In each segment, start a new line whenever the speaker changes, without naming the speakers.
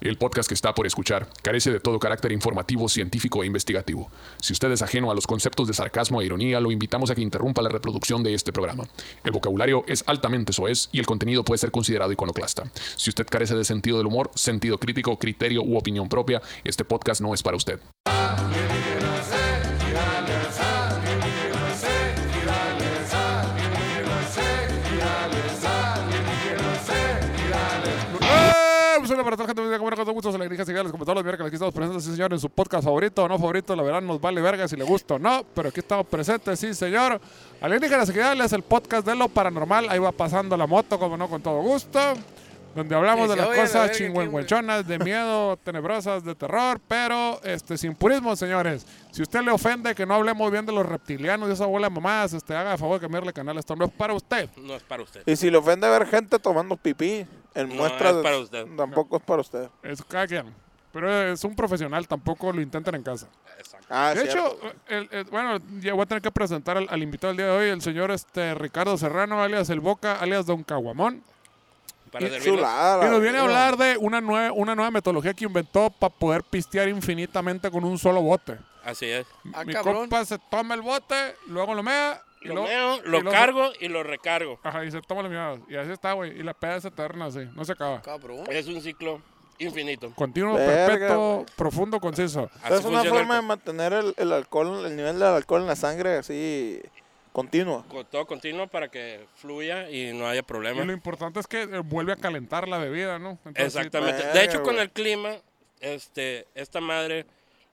El podcast que está por escuchar carece de todo carácter informativo, científico e investigativo. Si usted es ajeno a los conceptos de sarcasmo e ironía, lo invitamos a que interrumpa la reproducción de este programa. El vocabulario es altamente soez y el contenido puede ser considerado iconoclasta. Si usted carece de sentido del humor, sentido crítico, criterio u opinión propia, este podcast no es para usted.
¡Eh! Pues hola para toda la gente, bienvenida a comer con todo gusto, alegrías y como todos los miércoles aquí estamos presentes, sí señor, en su podcast favorito o no favorito, la verdad nos vale verga si le gusta o no, pero aquí estamos presentes, sí señor. Alienígenas es el podcast de lo paranormal, ahí va pasando la moto, como no, con todo gusto, donde hablamos de
Decía,
las
"Oye, la
cosas
verga,
chingüengüenchonas, de miedo, tenebrosas, de terror, pero este, sin purismo, señores. Si usted le ofende que no hablemos bien de los reptilianos y esa bola de mamás, este, haga el favor de cambiarle canal, esto no es para usted.
No es para usted.
Y si le ofende ver gente tomando pipí en
No,
muestras,
es para usted.
tampoco es para usted.
Es cada quien. Pero es un profesional, tampoco lo intenten en casa.
Ah,
de
cierto.
hecho, el- el- bueno, ya voy a tener que presentar al, al invitado del día de hoy, el señor este Ricardo Serrano, alias El Boca, alias Don Caguamón.
Para servirnos.
chulada. la
Y nos viene a
verdad.
hablar de una, nue- una nueva metodología que inventó para poder pistear infinitamente con un solo bote.
Así es.
Ah,
Mi
cabrón.
compa se toma el bote, luego lo mea. y
Lo
luego-
meo,
y
lo
luego-
cargo y lo recargo.
Ajá, y se toma la mirada. Y así está, güey. Y la peda es eterna, así. No se acaba.
Cabrón.
Es un ciclo infinito.
Continuo,
Verga,
perpetuo,
güey.
profundo, conciso.
Así
es una
funciona
forma de
el-
mantener el, el alcohol, el nivel de alcohol en la sangre así continua.
con todo continuo para que fluya y no haya
Y lo
problema.
importante es que eh, vuelve a calentar la bebida, ¿no? Entonces, sí,
Exactamente.
Verga,
De hecho, con
güey.
el clima, este, esta madre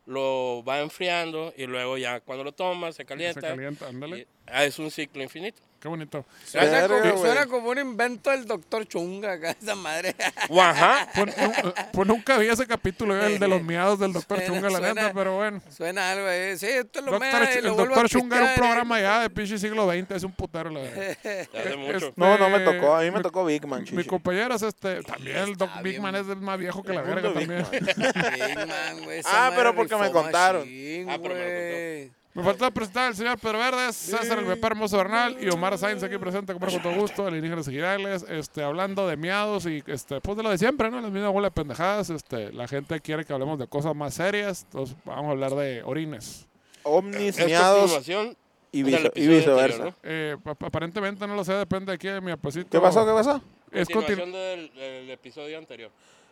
lo va enfriando y luego ya cuando lo tomas se calienta.
Se calienta, ándale.
Y- ah, es un ciclo infinito.
Qué bonito.
Suena,
Verga,
como,
güey.
suena como un invento del doctor Chunga, acá, esa madre.
Ajá.
Pues, nu- eh, pues nunca vi ese capítulo, eh, el de los miados del doctor
Suena-
Chunga, la
suena-
neta, pero bueno.
Suena algo, eh. Sí, esto es lo
Doctor
más.
Ch-
lo
el
vuelvo a
doctor Chunga era un
pistear, eh.
programa ya de pinche siglo XX, es un putero, la verdad.
Hace mucho.
Este,
No, no me tocó. A mí me
mi-
tocó Big Man,
Mi
chichi.
compañero es este, también el Doc
Está
Big
bien.
Man es el más viejo que la
El mundo
verga
Big
también.
Big Man, güey, esa
Ah,
madre
pero porque me
rifó
contaron.
machín,
Ah, pero me lo
güey.
Me faltó presentar al señor Pedro Verdes, César el Bepa Hermoso Bernal y Omar Sainz aquí presente, como con todo gusto, alienígenas y girales, este, hablando de miados y este, pues de lo de siempre, ¿no? Las mismas bolas de pendejadas, este, la gente quiere que hablemos de cosas más serias, entonces vamos a hablar de orines.
Omnis,
Es
miados
continuación
y,
del
vice- y
episodio
viceversa.
anterior,
Eh, ap- aparentemente no lo sé, depende de aquí de mi apacito.
¿Qué pasó? ¿Qué pasó?
¿no?
Es
Continuación
continu-
del, del episodio anterior.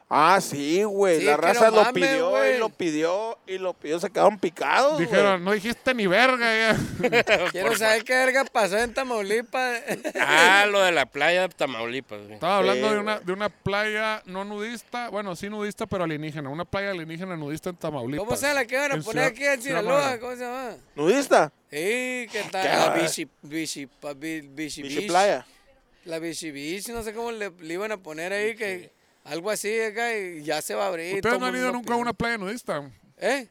Ah, sí, güey.
Sí,
la
es que
raza
no
lo
mames,
pidió y
güey.
lo pidió y lo pidió. Se quedaron picados. güey.
Dijeron, no dijiste ni verga. ya".
Quiero saber qué verga pasó en Tamaulipas.
Ah, lo de la playa de Tamaulipas. güey.
Estaba
Sí,
hablando de
güey.
una, de una playa no nudista, bueno, sí nudista, pero alienígena. Una playa alienígena nudista en Tamaulipas.
¿Cómo se la que van a
En
poner
Ciudad-
aquí en
Ciudad
Sinaloa?
Madre.
¿Cómo se llama?
¿Nudista?
Sí, ¿qué tal?
Qué
La
barbaridad.
bici, bici, pa- bi- bici, bici.
Bichiplaya.
La bici, bici, no sé cómo le, le iban a poner ahí, que algo así acá y ya se va a abrir. todo
¿Ustedes no han
el
ido
mundo
nunca a una
pide.
playa nudista?
¿Eh?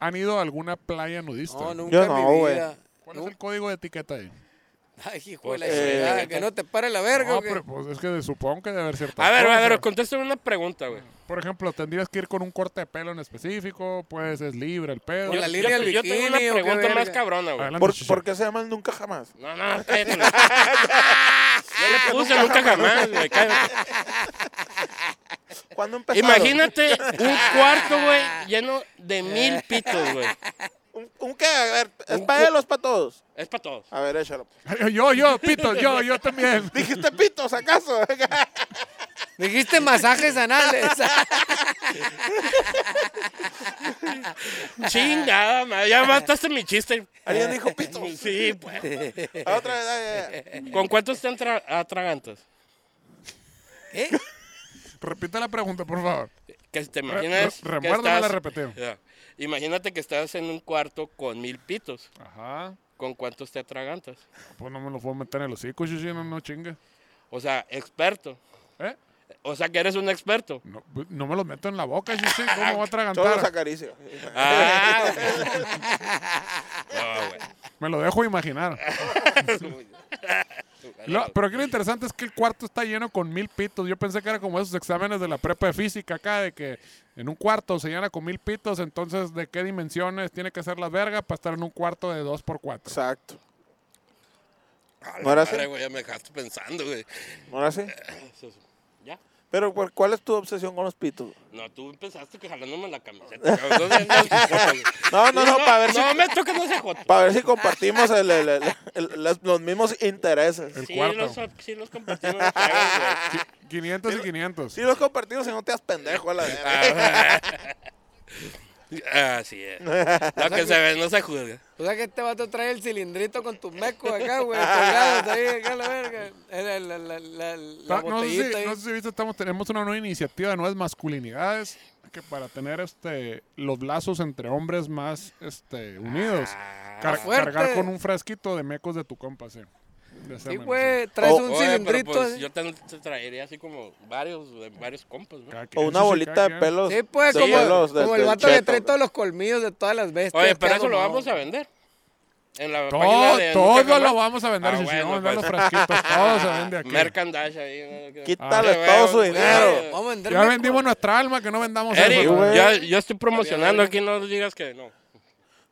¿Han ido a alguna playa nudista?
No, nunca
Yo
en
no,
mi
güey.
vida.
¿Cuál es el código de etiqueta ahí?
Ay, hijo de la
Pues, eh,
chingada, que no te pare la verga.
No,
¿o qué?
pero pues es que supongo que debe haber ciertas
A ver, a ver,
cosas.
contéstame una pregunta, güey.
Por ejemplo, tendrías que ir con un corte de pelo en específico, pues es libre el pedo.
Con la
Yo-
línea
yo-
del
Yo tengo una
bikini, ¿o qué
pregunta más
verga?
cabrona, güey.
Adelante,
¿Por,
Chichi.
por qué se llaman nunca jamás?
No, no, cállate. güey. Yo le puse nunca jamás, güey. cállate.
¿Cuándo empezaron?
Imagínate un cuarto, güey, lleno de mil pitos, güey.
¿Un, un qué? A ver, ¿es
Un
para
cu-
él o es para todos?
Es para todos.
A ver, échalo.
Yo, yo, Pito, yo, yo también.
¿Dijiste pitos acaso?
Dijiste masajes anales.
Chingada, madre. Ya mataste mi chiste.
Alguien dijo pito.
Sí, pues.
A Otra vez. ay, ay.
¿Con cuántos te atra- atragantas?
¿Eh?
Repite la pregunta, por favor.
Que te imaginas.
re-
que
remuérdamela
estás-
repetir.
Ya. Imagínate que estás en un cuarto con mil pitos.
Ajá.
¿Con cuántos te atragantas?
Pues no me lo puedo meter en el hocico, sí, no, no chingue.
O sea, experto.
¿Eh?
O sea, que eres un experto.
No, pues, no me lo meto en la boca, sí, sí, ¿cómo me voy a
Solo los
atragantar?
acaricio.
Ah, güey.
Me lo dejo imaginar. Lo- pero aquí lo interesante es que el cuarto está lleno con mil pitos. Yo pensé que era como esos exámenes de la prepa de física acá, de que en un cuarto se llena con mil pitos, entonces de qué dimensiones tiene que ser la verga para estar en un cuarto de 2 por 4
Exacto.
Ah,
¿No era así?
madre, güey, ya me dejaste pensando, güey.
¿No era así?
¿Ya?
Pero, ¿cuál- ¿cuál es tu obsesión con los pitos? güey?
No, tú empezaste que jalándome la camiseta. cabrón. No, seas malsijota, güey.
No, no, no, para ver si,
No me toques, no se jota.
para ver si compartimos el- el- el- el- las- los mismos intereses.
El
Sí,
cuarto.
los, sí los compartimos. los chavos, güey.
500 y 500.
Si los compartimos, si no te das pendejo a la verga.
Así es. Lo que se ve no se juzga.
O sea que este vato trae el cilindrito con tus mecos acá, güey. colgados ahí, acá la verga. La, la, la, la, la
Ta- no, sé
botellita
si,
ahí.
no sé si viste, estamos, tenemos una nueva iniciativa de nuevas masculinidades que para tener este los lazos entre hombres más este unidos. Car-
Ah, fuerte.
cargar con un frasquito de mecos de tu compa, sí. De
Sí,
semen,
güey, traes
O-
un
Oye, pero
cilindrito.
pues
eh.
así.
yo te, te traería así como varios, de varios compas, ¿no?
sí. Cada
O
quien,
una
sí, sí,
bolita
cada
de
quien.
pelos.
Sí, pues,
de
como,
pelos de-
como el
del
vato que
cheto,
trae
güey.
todos los colmillos de todas las bestias.
Oye, pero
que
eso lo
hago,
vamos
no.
a vender. En la página
Todo,
de Nunca
todo
Jamás.
lo vamos a vender.
Ah,
si
bueno,
no, vender los
pues.
frasquitos, todo se vende aquí.
Merchandise ahí. ¿no?
Quítale
Ah,
todo su
güey,
dinero.
güey.
Vamos a vender
Ya
mecos.
vendimos nuestra alma, que no vendamos
Eric,
eso.
güey.
yo, yo estoy promocionando aquí, no digas que no.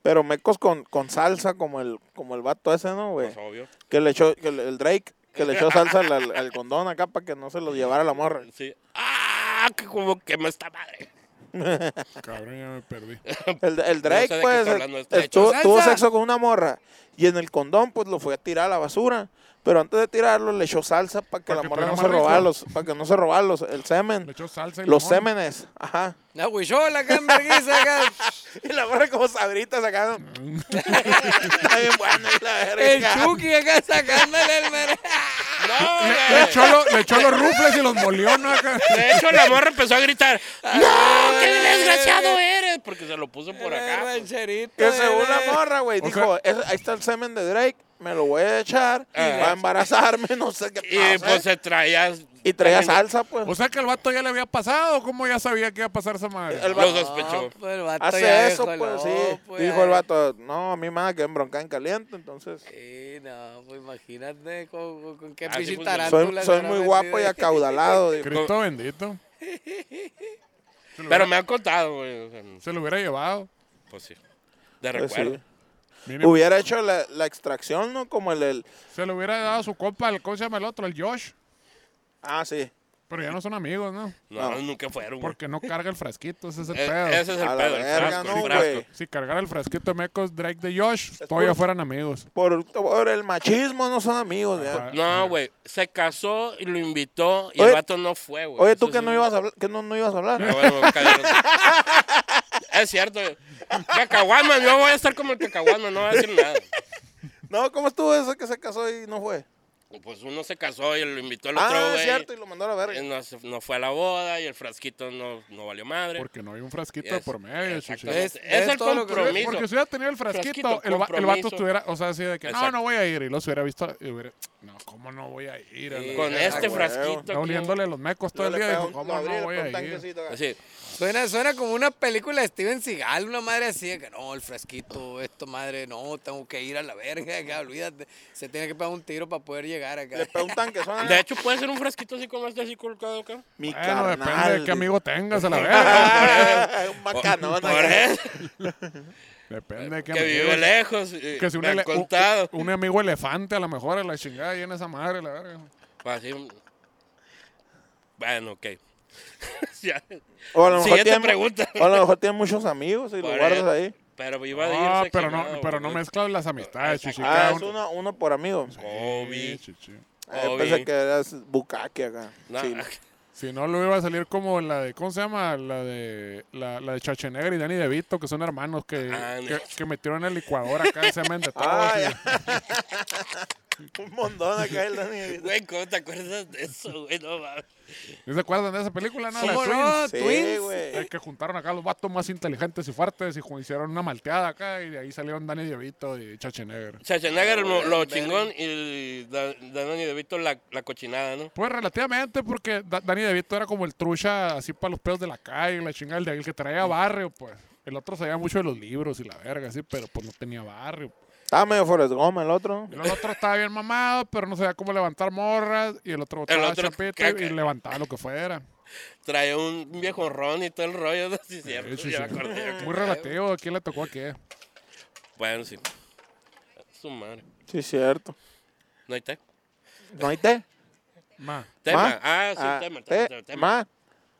Pero mecos con, con salsa, como el, como el vato ese, ¿no, güey?
Pues obvio.
Que le echó, que le- el Drake, que le echó salsa al, al- al condón acá para que no se lo llevara la morra.
Sí. ¡Ah! Que como quemó esta madre.
Cabrón, ya me perdí.
El, el
de
Drake,
qué
pues,
está hablando este
el-
hecho.
tuvo,
¡Salsa!
tuvo sexo con una morra y en el condón, pues, lo fue a tirar a la basura. Pero antes de tirarlo, le echó salsa para que
Para
la
que
morra
fuera
no
más
se
rico.
robara los, para que no se robara los, el
Le
semen,
echó salsa y
los
limón.
semenes, ajá.
La huichola acá en vergüenza, acá.
Y la morra como sabrita sacando. Está bien buena y la
El
verga.
Chucky acá sacándole el mere.
¡No!
Le
güey!
echó, lo- le echó los rufles y los molió, ¿no? Acá.
De hecho, la morra empezó a gritar:
Ah,
¡No! ¡Qué desgraciado eres! Porque se lo puso
Eh,
por acá. pues.
rancherito. eh,
Que según
era-
la morra, güey,
O
dijo, "Es- ahí está el semen de Drake, me lo voy a echar, va a embarazarme, no sé qué
Y
Ah,
pasa.
pues se traía.
y traía salsa, pues.
O sea que el vato ya le había pasado, ¿cómo ya sabía que iba a pasar esa madre?
El
Lo
vato-
sospechó.
No, pues, el vato ya
Hace eso,
dijo,
pues,
no,
sí.
pues,
Dijo el
ya.
vato, no, a mí me va a quedar en bronca en caliente, entonces.
Sí, no, pues imagínate con, con- con qué
Así
pinche
funciona.
Ah, pues, Soy,
tarántula
soy
será
muy
metida
guapo y
ahí.
acaudalado. dijo.
Cristo bendito.
Pero me han contado, güey. o sea,
Se lo hubiera llevado.
pues sí. De
Pues,
recuerdo.
sí.
Mínimo.
Hubiera hecho la, la extracción, ¿no? Como el, el-
Se lo hubiera dado a su compa, el, ¿cómo se llama el otro? El Josh.
Ah, sí.
Pero ya no son amigos, ¿no?
No,
No.
nunca fueron. güey.
Porque no carga el frasquito, ese es el
E-
pedo.
ese es el
A la
pedo. El
verga,
frasco,
no,
el frasco.
güey.
Si cargara el frasquito de Mecos Drake de Josh,
puro-
todavía fueran amigos.
Por, por el machismo no son amigos, ya.
Ajá.
No, güey. Se casó y lo invitó y el
Oye-
vato no fue, güey.
Oye,
Eso
tú que
sí
no
me-
ibas a hablar, que no, no ibas a
Ah,
hablar.
bueno, me caí de los- es cierto. güey. Cacahuatman, yo voy a estar como el cacahuatman, no voy a decir nada.
No, ¿cómo estuvo eso que se casó y no fue?
Pues uno se casó y lo invitó al otro,
Ah,
güey.
es cierto, y lo mandó a la
y
verga.
no, se- no fue a la boda y el frasquito no, no valió madre.
Porque no hay un frasquito de
Es-
por medio, chuchi.
exactamente.
Es-
Es,
es
el
todo lo que-
compromiso.
Porque si hubiera tenido el frasquito,
Frasquito,
el, va- el
compromiso.
vato estuviera, o sea, así de que, no,
Exacto.
no voy a ir. Y los hubiera visto, y hubiera, no, ¿cómo no voy a ir? A la
Con
verga,
este
Ah,
güey.
frasquito.
Está oliéndole los mecos todo el
Yo le
día.
pego
Dijo,
un-
¿cómo
lo
no
abrí, le
voy
pego un
a ir?
tanquecito acá.
Así.
Suena, suena como una película de Steven Seagal, una madre así, de que no, el frasquito, esto madre, no, tengo que ir a la verga, acá, olvídate. Se tiene que pegar un tiro para poder llegar
Le
acá.
pegó un tanque, suena.
De hecho, puede ser un frasquito así como este, así colocado acá.
Mi
Bueno, depende de
carnal,
qué
dijo.
amigo tengas, a la verga.
un macanón.
Por
acá.
eso,
Depende de qué
que
amigo.
vive lejos. eh,
Que si un,
me han
ele- un-
contado.
un amigo elefante a lo mejor a la chingada y en esa madre, a la verga.
Así, un- Bueno, ok. Ya.
O a lo mejor
Siguiente
tiene,
pregunta.
o a lo mejor tiene muchos amigos y lo
Por
guardas
eso.
ahí.
Pero iba a
Ah,
irse. que
pero no, pero no
güey.
mezclas las amistades, chichi.
Ah,
cada
es
uno-
uno, uno por amigo.
Sí,
Kobe.
chichi.
Eh,
Kobe.
pensé que eras bucaque acá.
No,
Sí.
Si no, lo iba a salir como la de, ¿cómo se llama? La de, la, la de Schwarzenegger y Danny DeVito, que son hermanos que,
Ah, no.
que, que metieron en el licuador acá el semen de todos.
Ah,
y-
ya. Un montón acá el Dani.
Güey, ¿cómo te acuerdas de eso, güey? No mames.
¿No se acuerdan de esa película? No, la de
¿Cómo
Twins.
no?
Sí,
Twins.
Eh,
güey.
que juntaron acá los vatos más inteligentes y fuertes y ju- hicieron una malteada acá y de ahí salieron Danny DeVito y Schwarzenegger.
Schwarzenegger lo, lo chingón y Da- Danone y DeVito la, la cochinada, ¿no?
Pues relativamente, porque Da- Danny DeVito era como el trucha así para los pedos de la calle, la chingada, el, de- el que traía barrio, pues. El otro sabía mucho de los libros y la verga, así, pero pues no tenía barrio.
Ah,
Estaba medio Forrest Gump el otro.
El otro estaba bien mamado, pero no sabía cómo levantar morras. Y el otro estaba
otro
chapito
caca.
y levantaba lo que fuera.
Trae un viejo ron y todo el rollo, ¿no? Sí, cierto,
sí,
ya
sí.
me acordé.
Muy relativo, ¿a quién le tocó a qué?
Bueno, sí. Su madre.
Sí, cierto.
¿No hay té?
¿No hay té?
Ma.
Tema.
Ma,
Ah, sí,
ah,
tema,
te-
tema, tema,
ma,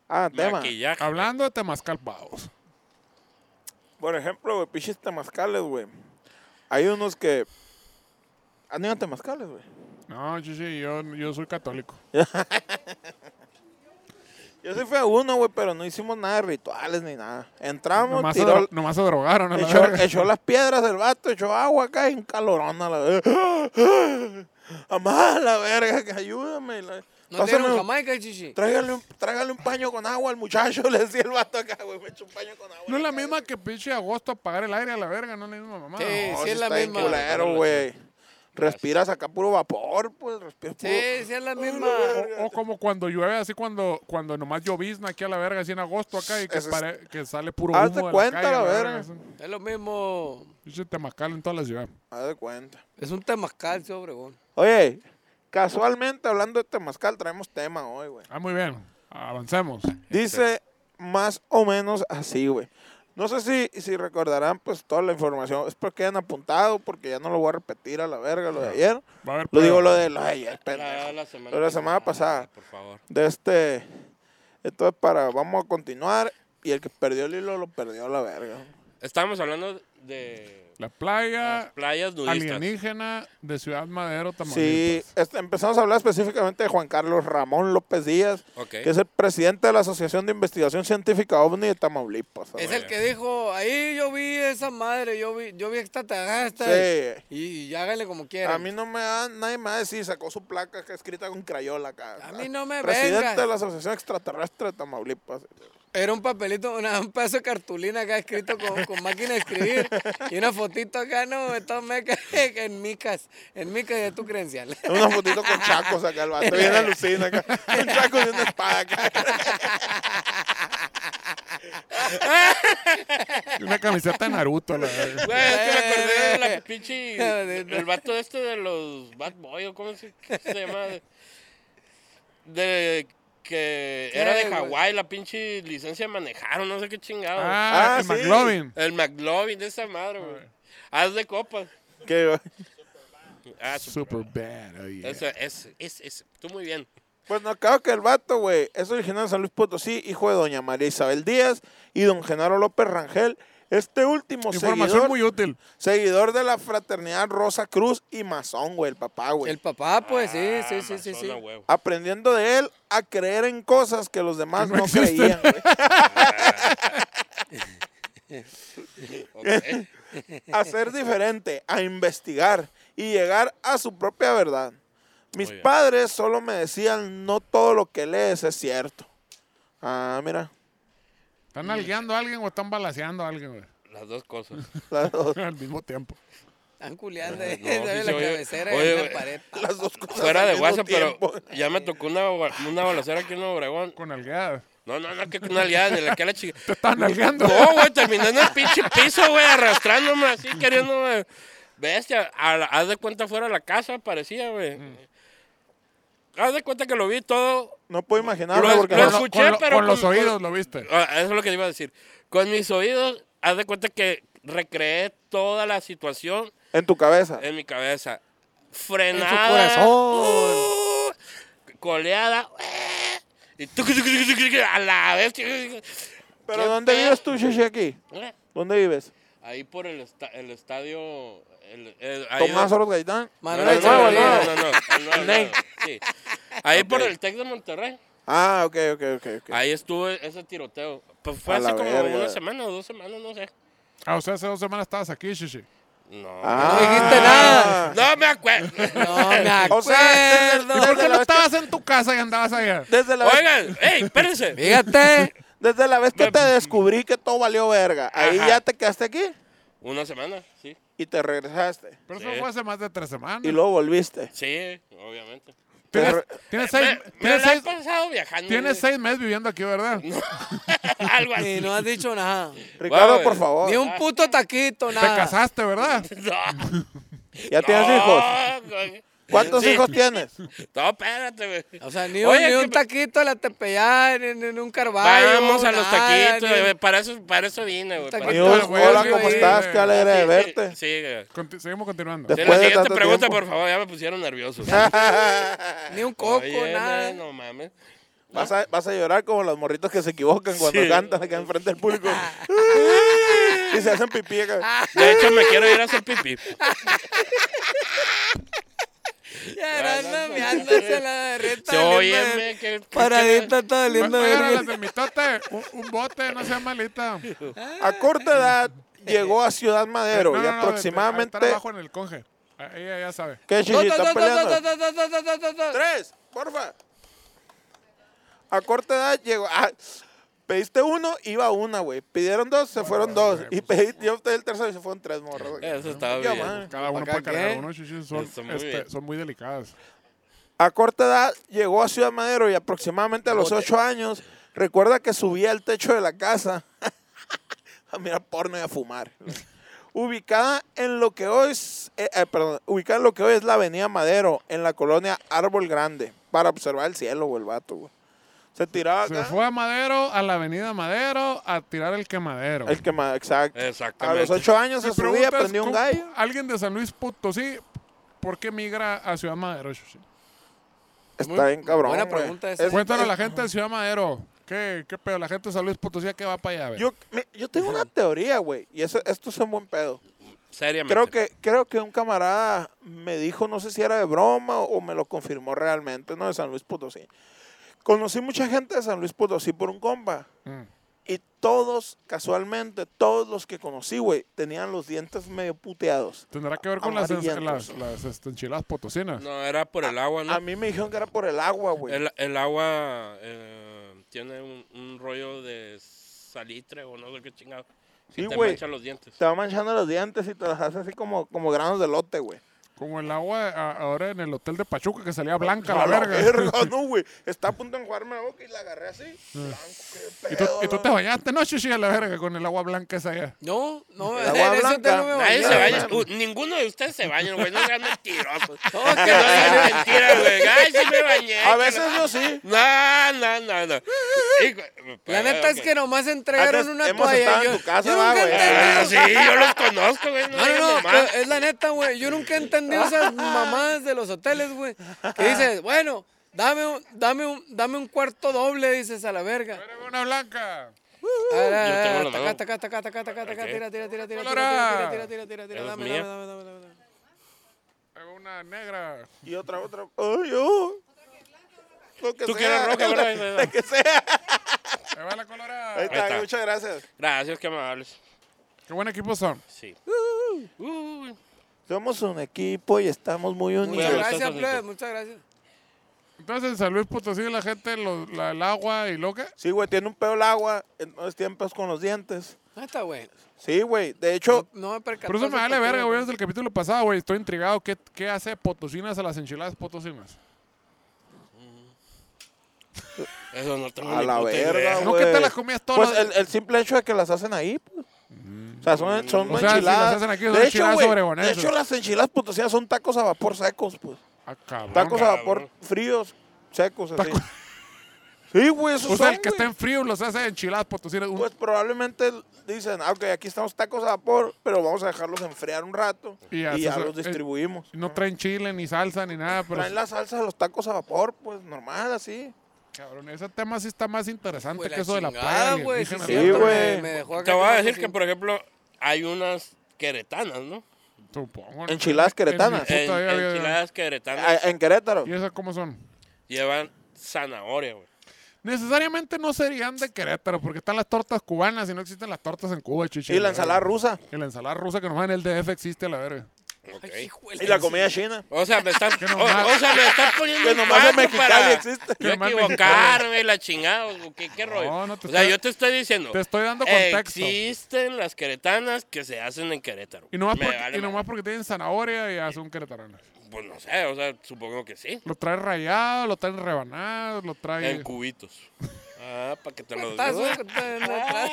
ah, tema.
Maquillaje.
Hablando de temazcal, vaos.
Por ejemplo, güey, pinches temazcales, güey. Hay unos que. ¿Han ido a temazcales, güey?
No, chichi, yo, yo soy católico.
Yo sí fui a uno, güey, pero no hicimos nada de rituales ni nada. Entramos,
Nomás, se,
tiró,
dro- nomás se drogaron. a la
echó,
verga.
echó las piedras el vato, echó agua acá y un calorón a la verga. Amá, la verga, que ayúdame. la-
No
pásame
dieron
un-
Jamaica, chichi.
Tráigale un, tráigale un paño con agua al muchacho, le decía el vato acá, güey, me echó un paño con agua.
No es la
Acá,
misma que pinche agosto apagar el aire a la verga, no es la misma mamá.
Sí,
No,
sí
sí
es la
está bien
misma.
culero, güey. Respiras acá puro vapor, pues, respiras puro...
Sí, sí es la misma.
O, o como cuando llueve, así cuando, cuando nomás llovizna aquí a la verga, así en agosto acá, y que,
Eso es-
pare- que sale puro humo
Hazte
de la
cuenta,
calle,
la
a
verga.
así.
Es lo mismo.
Pinche temazcal en toda la ciudad.
Haz de cuenta.
Es un temazcal, sí, Obregón.
Oye, casualmente, hablando de temazcal, traemos tema hoy, güey.
Ah, muy bien. Avancemos.
Dice más o menos así, güey. No sé si, si recordarán, pues, toda la información. Espero que hayan apuntado, porque ya no lo voy a repetir a la verga, lo de ayer.
Ah, Va a haber
Lo
pedo.
digo lo de lo de ayer,
La,
pendejo.
la semana,
Lo de la semana pasada.
Por favor.
De este... Entonces, para... Vamos a continuar. Y el que perdió el hilo, lo perdió a la verga.
Ah,
Estábamos hablando de
La playa
las playas nudistas.
alienígena de Ciudad Madero,
Sí,
Tamaulipas.
este, empezamos a hablar específicamente de Juan Carlos Ramón López Díaz,
Ok.
que es el presidente de la Asociación de Investigación Científica OVNI de Tamaulipas.
Es
güey.
el que dijo, ahí yo vi esa madre, yo vi, yo vi extraterrestres.
Sí.
Y, y háganle como quieran.
A mí no me da, nadie me va a decir, sacó su placa que escrita con crayola acá.
A
¿verdad?
mí no me
Presidente
vengas.
de la Asociación Extraterrestre de Tamaulipas.
Era un papelito, una- un pedazo de cartulina acá escrito con, con máquina de escribir. y una fotito acá, no, estos mecas en micas. En micas de tu credencial.
Una fotito con chacos acá, el vato bien alucina acá. Un chaco y una espada acá.
Una camiseta de Naruto, la verga.
Güey, es que me acordé de la
Eh.
pinche. El vato este de los Bad Boy, o ¿cómo se, qué se llama? De, de que era de
güey?
Hawái, la pinche licencia de manejar, o no sé qué chingado.
Ah,
Ah,
el
sí.
McLovin.
El McLovin de esa madre, güey. Haz de copas.
Que,
Ah, su-
Super bad. oh, yeah.
Ese, ese, ese, ese. Tú muy bien.
Pues no, claro que el vato, güey, es original de San Luis Potosí, hijo de doña María Isabel Díaz y don Genaro López Rangel. Este último
Información
seguidor,
muy útil.
seguidor de la fraternidad Rosa Cruz y masón, güey, el papá, güey.
El papá, pues, sí,
Ah,
sí, sí, sí. Ah. sí.
mazona, huevo.
Aprendiendo de él a creer en cosas que los demás
Que no
no,
existen.
creían, güey.
Ok.
A ser diferente, a investigar y llegar a su propia verdad. Mis
Muy bien.
padres solo me decían, no todo lo que lees es cierto. Ah, mira,
¿Están algueando a alguien o están balaseando a alguien, güey?
Las dos cosas.
las dos,
Al mismo tiempo.
Están culeando ahí,
No, sí,
dale
sí,
la
oye,
cabecera
oye,
y la
güey.
pared.
las dos cosas.
Fuera
al
de
mismo
WhatsApp, pero
tiempo.
ya me tocó una, ba- una balacera aquí en Obregón.
Con algueada.
No, no, no, que con una aliada, ni la que la chica.
Te están algueando.
No, güey, terminé en el pinche piso, güey, arrastrándome así, queriéndome. Bestia, a la- haz de cuenta fuera de la casa, parecía, güey. Haz de cuenta que lo vi todo.
No puedo imaginarme
Lo-
porque
lo
no-
escu- escuché,
con, lo-
pero
con los
con-
oídos lo viste.
ah, Eso es lo que te iba a decir. Con mis oídos, haz de cuenta que recreé toda la situación
en tu cabeza.
en mi cabeza. Frenada.
corazón.
uh, coleada. Y tú, a la vez.
Pero
¿Qué
¿dónde
pedo?
vives tú, Shishi, aquí?
¿Eh?
¿Dónde vives?
Ahí por el, esta- el estadio. El, el- ahí
Tomás Oros Gaitán.
Manuel
No,
No,
el
Ahí
no, no,
nuevo,
se
el
lo
no,
nuevo.
no, no, el nuevo, el nuevo, sí. Ahí por el Tec de Monterrey.
Ah, ok, ok, ok. ok.
Ahí estuve ese tiroteo. Pues fue
A
hace
la
como
verga.
una semana o dos semanas, no sé.
Ah, o sea, hace dos semanas estabas aquí, Shishi.
No.
Ah.
No dijiste nada.
No me acuerdo.
No me acuerdo.
O
este
sea, desde-
¿Por qué
la
no
vez que-
estabas en tu casa y andabas allá?
Desde la, vez,
Oigan, ey, espérense.
Fíjate.
desde la vez que te descubrí que todo valió verga, ahí
Ajá.
ya te quedaste aquí
Una semana, sí.
y te regresaste.
Pero
Sí.
eso fue hace más de tres semanas.
Mm.
Y luego volviste.
Sí, obviamente.
Tienes,
Pero-
tienes
Me,
seis,
me
tienes
la he
seis,
pasado viajando.
tienes
güey.
seis meses viviendo aquí, ¿verdad? Te
Algo así.
Y no has dicho nada.
Ricardo,
Wow,
por
eh.
favor.
Ni un puto taquito, nada.
casaste, ¿verdad?
No.
¿Ya tienes
No,
hijos?
güey.
¿Cuántos
Sí.
hijos tienes?
No, espérate, güey.
O sea, ni,
Oye,
un, ni
que-
un taquito a la Tepeyán, ni, ni un carvalho.
Vamos a los
nada,
taquitos, eh,
ni-
güey. Para eso, para eso vine, güey. para-
Taquito,
Dios,
Hola, güey,
hola,
sí,
¿cómo
sí,
estás?
sí.
Qué alegre de verte.
Sí, güey.
Conti- seguimos continuando.
De-
Sí,
Después
la siguiente
tanto
pregunta,
tiempo. Ah,
por favor, ya me pusieron nervioso.
Ni un coco,
Oye,
nada.
güey, No mames.
Vas a, vas a llorar como los morritos que se equivocan cuando
Sí.
cantan acá enfrente del público. y se hacen pipí acá.
De hecho, me quiero ir a hacer pipí.
Llorando, meándose la reta. eh.
pues, Sí, óyeme, que-
Paradita está
Va-
doliendo
vayan a
verga.
las del mitote, un, un bote, no sea malita. No,
A corta edad llegó a Ciudad Madero
no,
y
no, de- de-
aproximadamente...
estar abajo en el conge. Ah, Ella ya sabe.
¿Qué
No,
chichi?
no,
¿Están
no, no, no,
peleando?
no, no, no, no, no, no, no.
Tres, porfa. A corta edad llegó. ah, pediste uno, iba una, güey. Pidieron dos, se fueron dos. Y pedí, yo pedí el tercero y se fueron tres morros. güey.
Eso estaba
Yo,
bien.
man.
Cada uno
¿Acá
puede cargar
qué?
uno, chichis, son,
Está muy
este,
bien.
son muy delicadas.
A corta edad llegó a Ciudad Madero y aproximadamente a los ocho años recuerda que subía al techo de la casa a mirar porno y a fumar. ubicada en lo que hoy es, eh, eh, perdón, ubicada en lo que hoy es la Avenida Madero en la colonia Árbol Grande para observar el cielo, güey, el vato, güey. Se tiraba
Se
acá.
fue a Madero, a la avenida Madero, a tirar el quemadero.
El que más, exacto. A
Exactamente.
los ocho años se
Mi
subía,
pregunta es,
prendió un
¿cómo-
gallo.
Alguien de San Luis Potosí, ¿por qué migra a Ciudad Madero? Chuchi?
Está bien cabrón,
buena
güey.
pregunta esa.
Es-
Cuéntanos
es-
a la gente de Ciudad Madero. ¿Qué, qué pedo? La gente de San Luis Potosí, ¿qué va para allá? a ver?
Yo, me- yo tengo una teoría, güey, y eso, esto es un buen pedo.
Seriamente.
Creo que, creo que un camarada me dijo, no sé si era de broma o me lo confirmó realmente, ¿no? De San Luis Potosí. Conocí mucha gente de San Luis Potosí por un compa.
Mm.
Y todos, casualmente, todos los que conocí, güey, tenían los dientes medio puteados.
Tendrá que ver con las,
Amarillentos.
las, las, este, enchiladas potosinas.
No, era por el agua, ¿no?
A mí me dijeron que era por el agua, Ah, güey.
El, el agua eh, tiene un, un rollo de salitre o no sé qué chingado.
Sí,
Que te
güey.
mancha los dientes.
Te va manchando los dientes y te las hace así como, como granos de lote, güey.
Como el agua a- ahora en el hotel de Pachuca que salía blanca la
A la
verga.
verga, no, güey. Está a punto de enjuagarme la boca y la agarré así. Blanco, qué
Mm. ¿Y, tú,
pedo,
y tú
no.
te bañaste, ¿no, Chuchi? A la verga con el agua blanca esa allá.
No, no,
El
en
agua
ese
blanca.
hotel no me bañé.
Nadie se
no,
baña.
no.
Uh, ninguno de ustedes se baña, güey. No sean mentirosos.
No,
que no
que no,
digan mentiras, güey. Ay, sí me bañé.
A
que
veces
no-
yo sí.
No, no, no, no. Hijo- pues,
La neta es que nomás entregaron
Antes
una
hemos
toalla.
estado
y
en
Yo,
tu casa,
yo
va,
nunca
güey.
Ah,
entendí.
sí, yo los conozco, güey. No,
No, no,
digan
no,
mamadas.
pero eh, es la neta, güey. Yo nunca he entendido esas mamás de los hoteles, güey. Que dices, bueno, dame un, dame un, dame un cuarto doble, dices a la verga.
Era una blanca.
A ver, a
Yo
ver,
tengo
a ver,
la
taca,
mano.
taca, taca, taca, taca, taca,
Ok.
tira, tira, tira, tira, tira,
Colorá.
tira, tira, tira, tira, tira,
Esa es
dame,
mía.
dame, dame, dame, dame, dame.
Era una negra.
Y otra, otra. Ay, oh. Lo que
Tú
sea.
quieres roca, ¿verdad?
Lo que sea.
Ahí va la colorada.
Ahí está,
está.
muchas gracias.
Gracias, qué amables.
Qué buen equipo son.
Sí. Uy.
Somos un equipo y estamos muy
Muchas
Muy
unidos.
bien.
gracias,
Gracias,
plebe,
Nico.
muchas gracias.
Entonces en San Luis Potosí la gente, lo- la- el agua y lo que...
Sí, güey, tiene un pedo el agua, entonces tiempos con los dientes.
No está, güey.
Sí, güey. De hecho,
No me percaté.
Por eso me vale verga, güey, desde el capítulo pasado, güey. Estoy intrigado. ¿Qué, qué hace potosinas a las enchiladas potosinas?
Eso no tengo
A
ni
la
puta
verga,
idea.
güey.
¿No que te las comías todas?
pues el, el simple hecho de que las hacen ahí, pues. O sea, son, son
Mm. O sea, si las
enchiladas.
hacen aquí, son
de, hecho,
enchiladas
güey, de
oregonesas.
hecho, las enchiladas potosinas son tacos a vapor secos, pues.
Ah, cabrón.
Tacos a
cabrón.
vapor fríos, secos, así. Sí, güey, esos
O sea,
son,
el que
güey.
está en frío los hace enchiladas potosinas. Un-
Pues probablemente dicen, ah, ok, aquí están los tacos a vapor, pero vamos a dejarlos enfriar un rato
Y
y,
ya se
ya
hace- pues
los distribuimos.
No traen chile, ni salsa, ni nada. Pero
Traen la salsa de los tacos a vapor, pues normal, así.
Cabrón, ese tema sí está más interesante
Güey,
que eso de la playa.
chingada, güey.
alienígena,
sí,
la
sí,
verga.
güey.
me- me dejó acá
Te voy a
como
decir que,
sin-
por ejemplo, hay unas queretanas, ¿no?
Supongo.
Enchiladas queretanas.
En mi
En,
puta vida había-
enchiladas queretanas
A- en Querétaro.
¿Y esas cómo son?
llevan zanahoria, güey.
Necesariamente no serían de Querétaro, porque están las tortas cubanas y no existen las tortas en Cuba, chichi.
Y
la
la ensalada
verga.
rusa.
Y la ensalada rusa que nos en el DF existe a la verga.
Ok.
Ay, hijo de
Y la comida china.
O sea, me estás, o,
nomás-
o sea, me estás poniendo
Que
un
nomás en
cuadro
Mexicali
para
existe.
Que
yo
nomás en
equivocarme, la chingada, o qué, qué rollo.
No, no te
o sea,
estoy-
yo te estoy diciendo.
te estoy dando contexto.
Existen las queretanas que se hacen en Querétaro.
Y nomás,
Me
porque,
vale
y nomás
madre.
porque tienen zanahoria y ya son queretaranas.
Pues no sé, o sea, supongo que sí.
Lo traen rayado, lo traen rebanado, lo
En
traen...
cubitos. Ah, para que te lo
Tazo, que te- no, claro.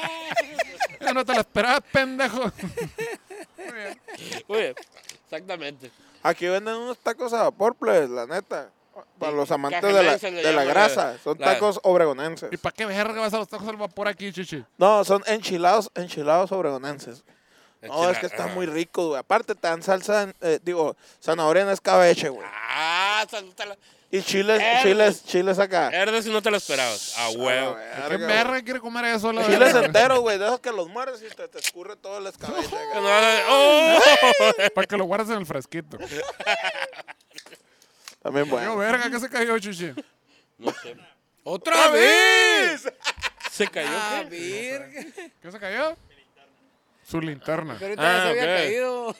Ya no te lo esperabas, pendejo.
Muy bien. Exactamente.
Aquí venden unos tacos a vapor, plebes, la neta. Para
Sí,
los amantes de la,
cajemenses le
de la
llaman,
grasa.
eh,
Son
la-
tacos obregonenses.
¿Y para qué verga vas a los tacos al vapor aquí, chichi?
No, son enchilados, enchilados obregonenses. No, es que está
Enchilada-
muy rico, güey. Aparte, te dan salsa, en- eh, digo, zanahoria en escabeche, güey.
Ah, esa no te la-
Y chiles,
Eh,
chiles, chiles
eh,
acá.
Verde si no te lo esperabas. A
La
huevo.
verga,
¿Qué
güey.
verga quiere comer eso? La
Chiles
verga?
enteros, güey. De esos que los muerdes y te, te escurre todo el escabeche.
Que
acá.
no hagas- ¡Oh!
Para que lo guardes en el fresquito.
También
Yo,
bueno.
verga, ¿qué se cayó, chichi?
No sé.
¡Otra vez!
Se cayó.
¡Ah,
¿qué?
virga!
¿Qué se cayó? Su linterna.
Pero ahorita
Ah,
se había
ok.
caído.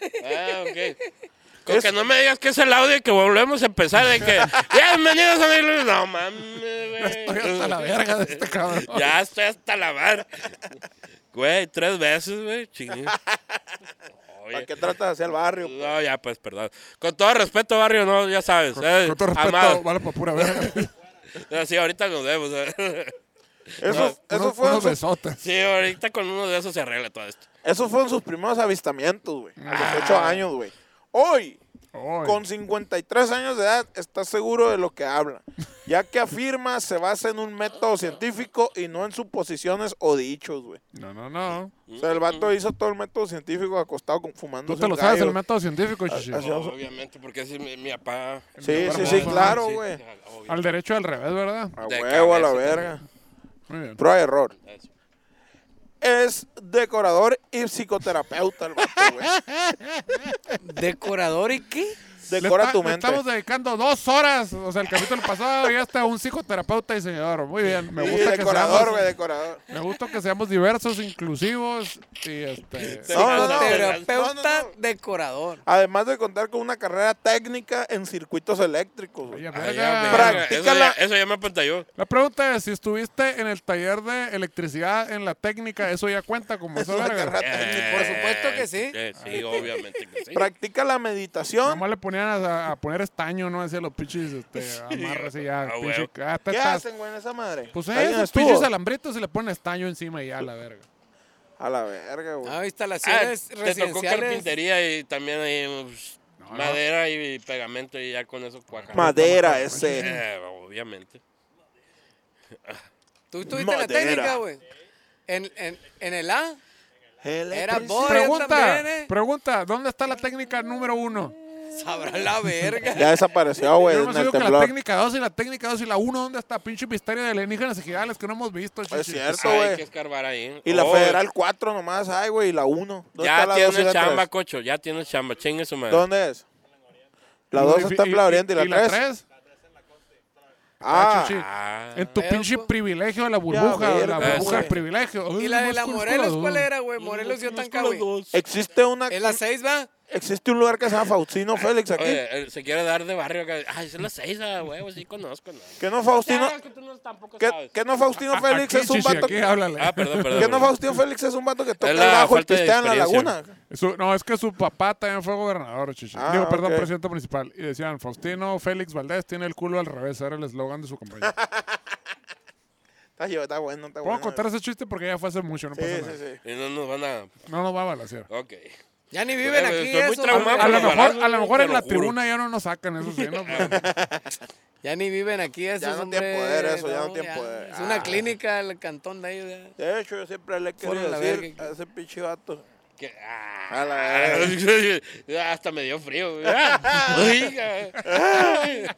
Ah, ok. Con que no me digas que es el audio y que volvemos a empezar de que bienvenidos a mi No mames,
Estoy hasta la
güey.
verga de este cabrón.
Ya estoy hasta la verga. Güey, tres veces, güey. Chingue.
¿Para
Oye.
qué tratas hacia el barrio? pues?
No, ya pues, perdón. Con todo respeto, barrio, no, ya sabes. eh,
Con todo respeto,
amado.
vale para pura verga.
Sí, ahorita nos vemos. eh.
Eso, eso,
Unos-
fue en
unos
sus,
besotes.
Sí, ahorita con uno de esos se arregla todo esto.
eso fue en sus primeros avistamientos, güey. A los 8
Ah.
años, güey. Hoy,
Ay.
con 53 años de edad, está seguro de lo que habla, ya que afirma se basa en un método científico y no en suposiciones o dichos, güey.
No, no, no.
O sea, el vato hizo todo el método científico acostado con, fumando.
Tú te lo sabes, el método científico, chichi.
así- Yo-
obviamente, porque ese es mi, mi papá.
Sí, sí, sí,
Hermoso.
claro,
Sí, Ah,
güey.
obvio.
Al derecho y al revés, ¿verdad?
A
De
huevo, a la
cabeza,
verga.
Muy bien.
Pro error.
Eso.
Es decorador y psicoterapeuta el vato, güey.
¿Decorador y qué?
Le
Decora
esta-
tu
le
mente.
Estamos dedicando dos horas. O sea, el capítulo pasado ya está un psicoterapeuta y diseñador. Muy bien. Me
Sí,
gusta que
decorador,
seamos,
güey, decorador.
Me gusta que seamos diversos, inclusivos y este.
Sí.
No, no, no.
Terapeuta
No, no, no.
decorador.
Además de contar con una carrera técnica en circuitos eléctricos, güey.
Oye,
Ah,
verga.
ya,
Pra-
verga, eso,
Practícala.
ya, eso ya me apantalló.
La pregunta es si estuviste en el taller de electricidad en la técnica, eso ya cuenta como
Es
eso,
una
verga.
carrera técnica.
por supuesto que sí.
Eh, sí, obviamente que Eh, sí.
Practica la meditación.
Nomás le ponían a, a poner estaño, ¿no? Hacía los pinches este, amarras y ya.
Ah,
pinche-
huevo.
ah, te
¿Qué
estás-
hacen, güey, en esa madre?
Pues
¿Alguien
eh, esos
estuvo?
pinches alambritos y le ponen estaño encima y ya, la verga.
A la verga, güey.
Ah,
Ah,
instalaciones
te tocó
residenciales.
carpintería y también ahí, pues,
No, no.
madera y pegamento y ya con eso cuaja.
Madera ese.
Eh, obviamente.
Tú estuviste en la
Madera.
técnica, güey. En, en, en el A. Era boy.
boy.
Pregunta,
también, eh.
pregunta, ¿dónde está la técnica número uno?
Sabrá la verga.
Ya desapareció, güey,
Yo hemos
Pues, en
dicho
el
que la
temblor.
técnica 2 y la técnica 2 y la 1, ¿dónde está? Pinche misterio de alienígenas ejidales que no hemos visto.
Es
chichi.
Pues, cierto. Eso, güey.
Hay que escarbar ahí.
Y la
Oh,
Federal 4 nomás hay, güey, y la 1. ¿Dónde está
Ya
la 2 y
tiene
la
chamba,
3?
cocho. Ya tiene chamba. Chingue su madre.
¿Dónde es? La 2 está en Playa Oriente y la 3.
tres? Ah,
Ah,
chichi.
Ah,
En tu
Pero,
pinche
pues,
privilegio de la burbuja, de la
verga,
burbuja
güey.
del privilegio. Ay,
¿Y la de
nomás
la
conozco
Morelos
dos.
cuál era, güey? Morelos yo tan güey.
existe una
En la 6, va.
existe un lugar que se llama Faustino Félix aquí.
Oye, eh, se quiere dar de barrio acá. Ay, son las seis, ah, huevo, sí conozco. No.
Que no Faustino
Ah, que tú no tampoco
que,
sabes.
que no Faustino
A-
Félix
Ah, aquí,
es un
chichi,
vato
aquí, háblale.
Ah, perdón, perdón.
que no
perdón.
Faustino Félix es un vato que toca
Es
el
la
bajo y
falta de
pistea en la
experiencia.
laguna.
Su- no, es que su papá también fue gobernador, chichi.
Ah,
Digo, perdón,
ok.
presidente municipal. Y decían, Faustino Félix Valdés tiene el culo al revés. Era el eslogan de su compañía.
Está, yo- está bueno, está
Puedo
bueno.
contar ese chiste porque ya fue hace mucho, no
Sí,
pasa
sí,
nada.
sí.
Y no nos van a.
No nos va a balasear.
Ok.
Ya ni viven
Güey,
aquí
estoy muy
eso.
traumado
güey.
A lo
Pero
mejor,
balazo,
a lo mejor
te
en
lo
la
juro.
tribuna ya no nos sacan, eso sí, ¿no? Pero-
Ya ni viven aquí eso.
Ya no tiene poder eso, ya no tiene poder.
Es una
Ah.
clínica el cantón de ellos. ya.
De hecho, yo siempre le he querido
Fuera la
decir
verga.
a ese pinche vato.
Que- ah,
A la verga.
Ya Hasta me dio frío. güey. Ah, oiga.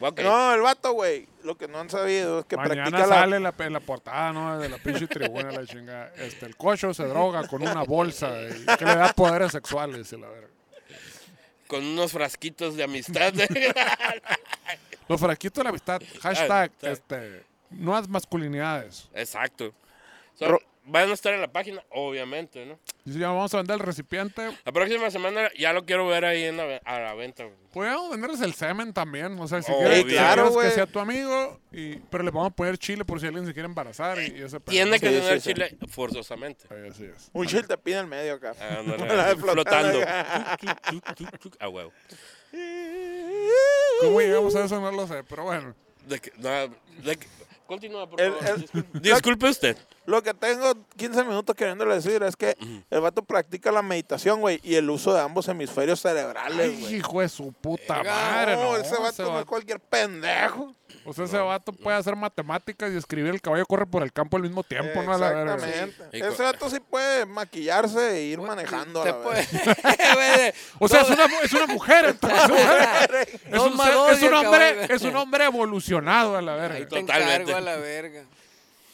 Ok.
No, el vato, güey, lo que no han sabido es que
Mañana
practica la
sale la, pe- la portada, ¿no? De la pinche tribuna, la chingada. Este, el cocho se droga con una bolsa y que le da poderes sexuales, y la verga.
Con unos frasquitos de amistad.
Los fraquitos de la amistad.
Ah,
Hashtag,
está.
este, nuevas masculinidades.
Exacto. So,
Ro-
van a estar en la página, obviamente, ¿no?
Y si ya vamos a vender el recipiente,
La próxima semana ya lo quiero ver ahí en la ve- a la venta. güey.
podríamos venderles el semen también. O sea, si
Oh,
quieres,
sí,
si
claro,
quieres
güey.
que sea tu amigo, y, pero le vamos a poner chile por si alguien se quiere embarazar y, y ese pedo.
Tiene que
Sí,
tener
sí, sí.
chile forzosamente.
Sí, Así es.
un chiltepín en el medio acá.
Ah, no, no,
La de
flotando.
acá.
A huevo.
¿Cómo llegamos a eso? No lo sé, pero bueno.
De que- no, de que- Continúa, por
El-
favor.
el-
Disculpe- Disculpe usted.
Lo que tengo 15 minutos queriéndole decir es que el vato practica la meditación, güey, y el uso de ambos hemisferios cerebrales,
Ay,
güey.
hijo de su puta
Verga,
madre. No,
ese vato no es cualquier pendejo.
O sea, ese vato puede hacer matemáticas y escribir el caballo corre por el campo al mismo tiempo, ¿no? A la verga.
Eh, Exactamente.
Sí.
Ese vato sí puede maquillarse e ir manejando a
Te
la
puede-
verga.
güey,
O sea, es
todo-
una, mu- es una mujer, entonces. es,
Dos
un,
más
ser-
dos
es
y
un
el
hombre,
caballo.
es un hombre evolucionado a la
Ahí
verga.
te
Totalmente.
encargo a la verga.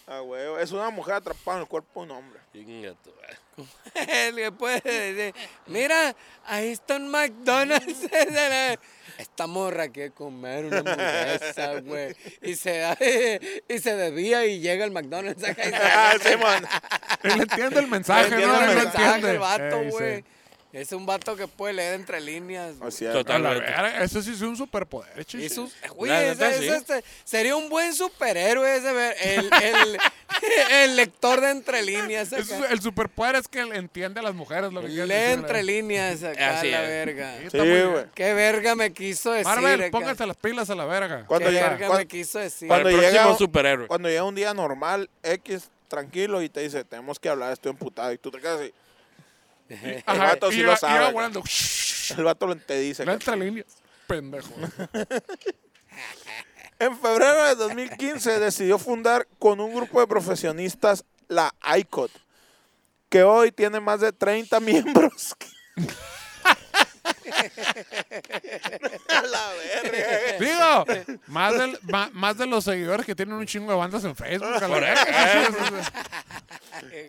Ah, güey, Es una mujer atrapada en el cuerpo de un hombre.
Chinga tu madre.
Le puede decir, mira, ahí está un McDonald's. Esta morra que comer una hamburguesa, güey. Y se da, y se desvía y llega al McDonald's acá y se-
Ah, sí, man.
Él entiende el mensaje,
Entiende
¿no?
el
Él
mensaje,
entiende.
el vato,
Ey, sí.
güey. Es un vato que puede leer entre líneas. güey.
O sea,
A la
Totalmente.
verga, ese sí es un superpoder, chichi.
Es un- güey,
La
ese-
neta,
ese
sí.
este- sería un buen superhéroe ese, ver- el, el, el lector de entre líneas.
Es-
acá.
el superpoder es que él entiende a las mujeres. Lo que quieren
Lee
decir,
entre líneas acá,
Así
la
es.
verga.
Sí,
Sí,
está muy bien.
güey.
¿Qué verga me quiso decir?
Marvel,
acá?
pónganse las pilas a la verga.
¿Cuándo
¿Qué
llega?
verga
¿Cuándo-
me quiso decir?
cuándo
El próximo
llega-
superhéroe.
Cuando llega un día normal, X, tranquilo, y te dice, tenemos que hablar, estoy emputado. Y tú te quedas así. El vato
y
sí
iba-
lo
iba
sabe.
volando.
El vato lo- te dice.
Lee
que-
entre líneas. Pendejo.
En febrero de 2015 decidió fundar con un grupo de profesionistas la ICOT, que hoy tiene más de 30 miembros. A la verga.
Digo, más, del, ma- más de los seguidores que tienen un chingo de bandas en Facebook. a la
Eh,
verga.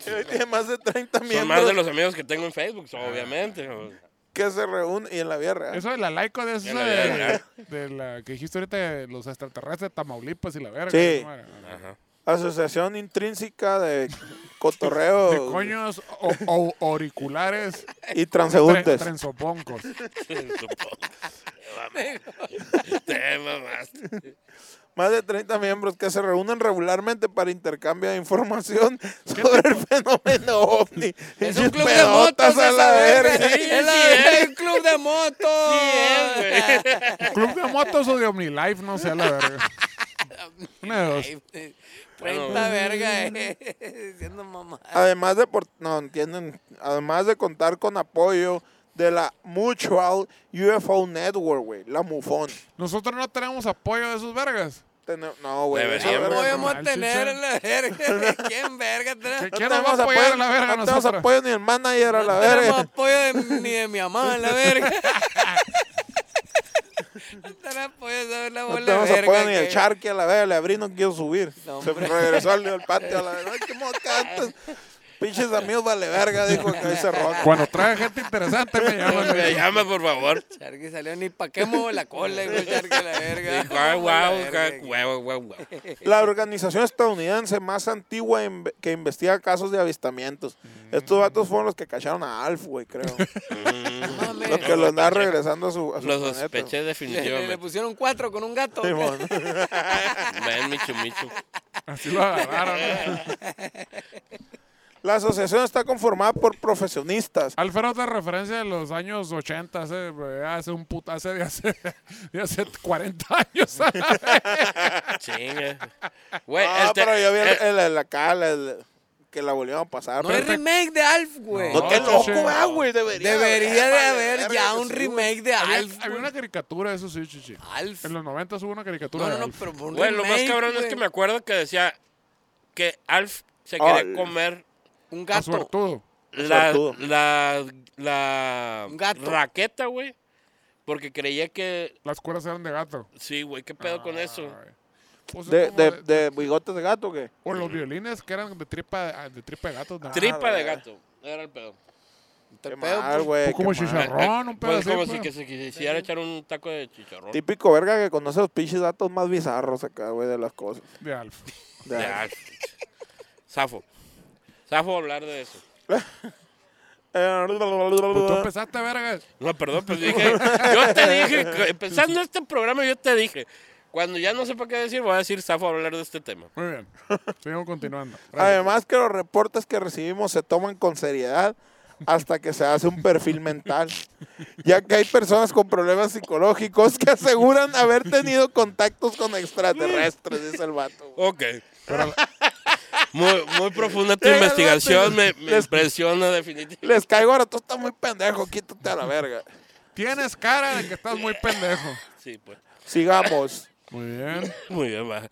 Que hoy tiene más de 30
Son más de
miembros
los amigos que tengo en Facebook, obviamente. o-
que se reúnen y en la vida real.
Eso de la laico de, eso
Ya la
de-
había leído.
de la que dijiste ahorita de los extraterrestres de Tamaulipas y la verga.
Sí.
¿no?
Asociación intrínseca de
De
cotorreo
coños o, o- auriculares
y
tre-
transeúntes.
trenzoponcos.
Te mamaste.
Más de 30 miembros que se reúnen regularmente para intercambio de información sobre el fenómeno ovni.
Es
Pinches
un club de
pedotas
motos
a la verga.
Sí,
Es la
sí
verga, eh.
es.
un club de motos.
Sí, es, güey.
Club de motos o de OmniLife, no sé, a la verga. Una de dos.
Ay, 30
Bueno.
verga, eh. Diciendo mamá.
Además de por- no entienden, además de contar con apoyo de la Mutual UFO Network, güey, la MUFON.
Nosotros no tenemos apoyo de esos vergas.
Tene- no, güey, esa
Deberíamos.
verga-
Obvio,
Podemos
normal,
tener
chicha.
la verga. ¿De quién verga? tenemos?
¿Qué-
no
¿Quién nos va
tenemos
a apoyar
apoyo,
a la verga
no tenemos
nosotros?
apoyo ni el manager a la
No tenemos
verga.
apoyo de, ni de mi mamá, la verga. No tenemos apoyo de la
No
bola
tenemos
de verga.
apoyo ni el
que-
charqui a la verga, el abrí no quiso subir.
No,
Se
hombre.
regresó al al patio a la verga. Ay, qué mocantes. Pinches amigos vale verga, dijo que ahí se roca.
Cuando trae gente interesante me llaman. güey.
Me llama, por favor.
Charqui salió ni pa' qué muevo la cola, güey, Charqui, la verga.
Dijo, ay,
La
guau,
verga.
ca- guau, guau, guau.
La organización estadounidense más antigua en- que investiga casos de avistamientos.
Mm.
Estos vatos fueron los que cacharon a Alf, güey, creo.
Mames.
los que lo andaban regresando a su, a su
Lo
planeta.
Le,
sospeché
le- le
definitivamente.
pusieron cuatro con un gato.
Simón.
Ven, Michu Michu.
Así lo agarraron. ¿no?
La asociación está conformada por profesionistas.
Ah,
Alfredo otra referencia de los años 80, hace, eh, hace un puta, hace de hace, de hace 40 años.
Chinga. Güey,
Ah,
este-
pero yo vi el,
eh,
el, el acá, el- el- que la volvieron a pasar. este
No hay remake de Alf, güey.
No, qué
No,
loco,
che.
ah, güey, debería.
Debería de
vale,
haber
verga,
ya
que
un
sí,
remake de
había,
Alf.
había
güey.
una caricatura, eso sí, chichi.
Alf.
En los 90 hubo una caricatura.
No, no,
de
no,
Alf.
pero por un
Güey, lo más
remake,
cabrón es
güey.
que me acuerdo que decía que Alf se
Alf.
quería comer
Un
A
gato.
suertudo.
la,
Suertudo.
la, la
Un gato.
raqueta, güey. Porque creía que.
Las cuerdas eran de gato.
Sí, güey, ¿qué pedo con eso?
Ay. Pues es
De,
como
de,
de-
de bigotes de gato, ¿qué?
o los violines que eran de tripa ah, de, tripa de gato. ¿no?
Tripa
Ah,
de
la-
gato. Era el pedo.
Te
Qué
pedo,
mal,
pues.
güey.
Fue como
qué mal.
chicharrón, un
Pues
pedacito.
como si que se quisiera echar un taco de chicharrón.
Típico verga que conoce los pinches datos más bizarros acá, güey, de las cosas.
De Alf.
De-
De Alf. Zafo. Zafo hablar de eso.
Eh,
Pues tú empezaste, vergas.
No, perdón, pues dije. Yo te dije, que- empezando este programa, yo te dije. Cuando ya no sepa qué decir, voy a decir Zafo hablar de este tema.
Muy bien. Seguimos continuando. Gracias.
Además que los reportes que recibimos se toman con seriedad, hasta que se hace un perfil mental, ya que hay personas con problemas psicológicos que aseguran haber tenido contactos con extraterrestres, dice el vato. güey.
Ok. Muy, muy profunda tu investigación, me, me impresiona definitivamente.
Les caigo ahora, tú estás muy pendejo, quítate a la verga.
Tienes cara de que estás muy pendejo.
Sí, pues.
Sigamos.
Muy bien.
Muy bien, va.